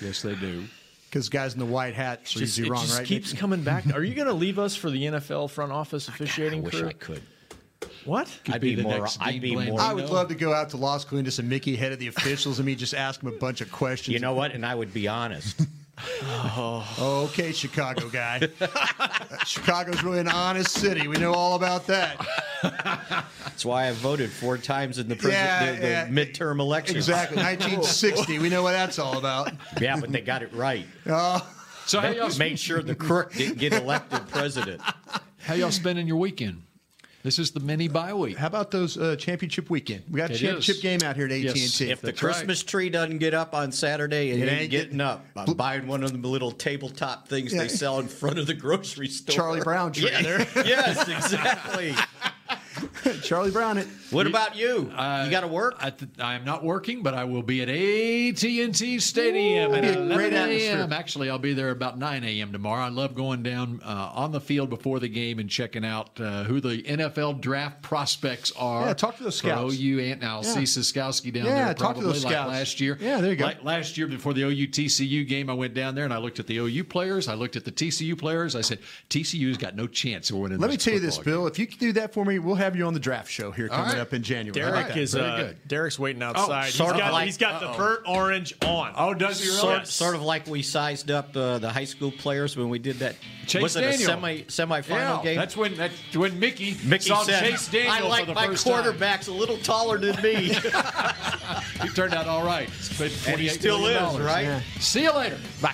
Speaker 7: yes, they do.
Speaker 5: Because guys in the white hat
Speaker 8: It
Speaker 5: are usually
Speaker 8: it
Speaker 5: wrong,
Speaker 8: just
Speaker 5: right?
Speaker 8: keeps
Speaker 5: Nick?
Speaker 8: coming back. Are you going to leave us for the NFL front office officiating
Speaker 6: wish
Speaker 8: crew?
Speaker 6: I could.
Speaker 8: What?
Speaker 6: I'd be, more. I'd be more.
Speaker 5: I would love to go out to law school and just a Mickey head of the officials and me just ask them a bunch of questions.
Speaker 6: You know what? And I would be honest.
Speaker 5: oh. Okay, Chicago guy. Chicago's really an honest city. We know all about that.
Speaker 6: That's why I voted four times in the, pres-
Speaker 5: Yeah,
Speaker 6: the, the
Speaker 5: yeah.
Speaker 6: midterm election.
Speaker 5: Exactly. 1960. We know what that's all about. Oh.
Speaker 6: yeah, but they got it right.
Speaker 7: So how
Speaker 6: they
Speaker 7: y'all
Speaker 6: made sure the crook didn't get elected president.
Speaker 7: How y'all spending your weekend? This is the mini bye week.
Speaker 5: How about those uh, championship weekend? We got a
Speaker 6: It
Speaker 5: championship
Speaker 6: is.
Speaker 5: game out here at AT&T.
Speaker 6: If the Christmas tree doesn't get up on Saturday, it,
Speaker 5: It
Speaker 6: ain't
Speaker 5: ain't
Speaker 6: getting up. I'm buying one of them little tabletop things
Speaker 5: Yeah.
Speaker 6: they sell in front of the grocery store.
Speaker 5: Charlie Brown tree
Speaker 6: Yeah.
Speaker 5: there.
Speaker 6: yes, exactly.
Speaker 5: Charlie Brown it.
Speaker 6: What about you?
Speaker 7: you
Speaker 6: got to work?
Speaker 7: I th- I'm not working, but I will be at AT&T Stadium at
Speaker 5: That'd be a
Speaker 7: 11
Speaker 5: great
Speaker 7: a.m.
Speaker 5: atmosphere.
Speaker 7: Actually, I'll be there about 9 a.m. tomorrow. I love going down uh, on the field before the game and checking out uh, who the NFL draft prospects are.
Speaker 5: Yeah, talk to those scouts.
Speaker 7: For OU, and I'll
Speaker 5: Yeah.
Speaker 7: see Siskowski down
Speaker 5: Yeah,
Speaker 7: there
Speaker 5: talk to
Speaker 7: probably
Speaker 5: those
Speaker 7: like
Speaker 5: scouts.
Speaker 7: last year.
Speaker 5: Yeah, there you go.
Speaker 7: Like last year before the OU TCU game, I went down there and I looked at the OU players. I looked at the TCU players. I said, TCU's got no chance of winning
Speaker 5: Let me
Speaker 7: this
Speaker 5: tell you
Speaker 7: football
Speaker 5: this, Bill. If you can do that for me, we'll have you on on the draft show here
Speaker 8: All
Speaker 5: coming
Speaker 8: right.
Speaker 5: up in January. How about
Speaker 8: Derek
Speaker 5: that?
Speaker 8: is uh, Derek's waiting outside. he's
Speaker 6: sort of
Speaker 8: got,
Speaker 6: like-
Speaker 8: he's got the
Speaker 6: uh-oh.
Speaker 8: vert orange on.
Speaker 7: Oh,
Speaker 6: Sort, sort of like we sized up uh, the high school players when we did that.
Speaker 7: Chase
Speaker 6: was it
Speaker 7: Daniel.
Speaker 6: a semi semifinal
Speaker 7: Yeah,
Speaker 6: game?
Speaker 7: That's when that's when Mickey,
Speaker 6: Mickey
Speaker 7: saw
Speaker 6: said,
Speaker 7: Chase Daniel
Speaker 6: I like
Speaker 7: for the
Speaker 6: my
Speaker 7: first
Speaker 6: quarterback's a little taller than me.
Speaker 7: time. He turned out all right.
Speaker 6: And he still is, right?
Speaker 7: See you later. Bye.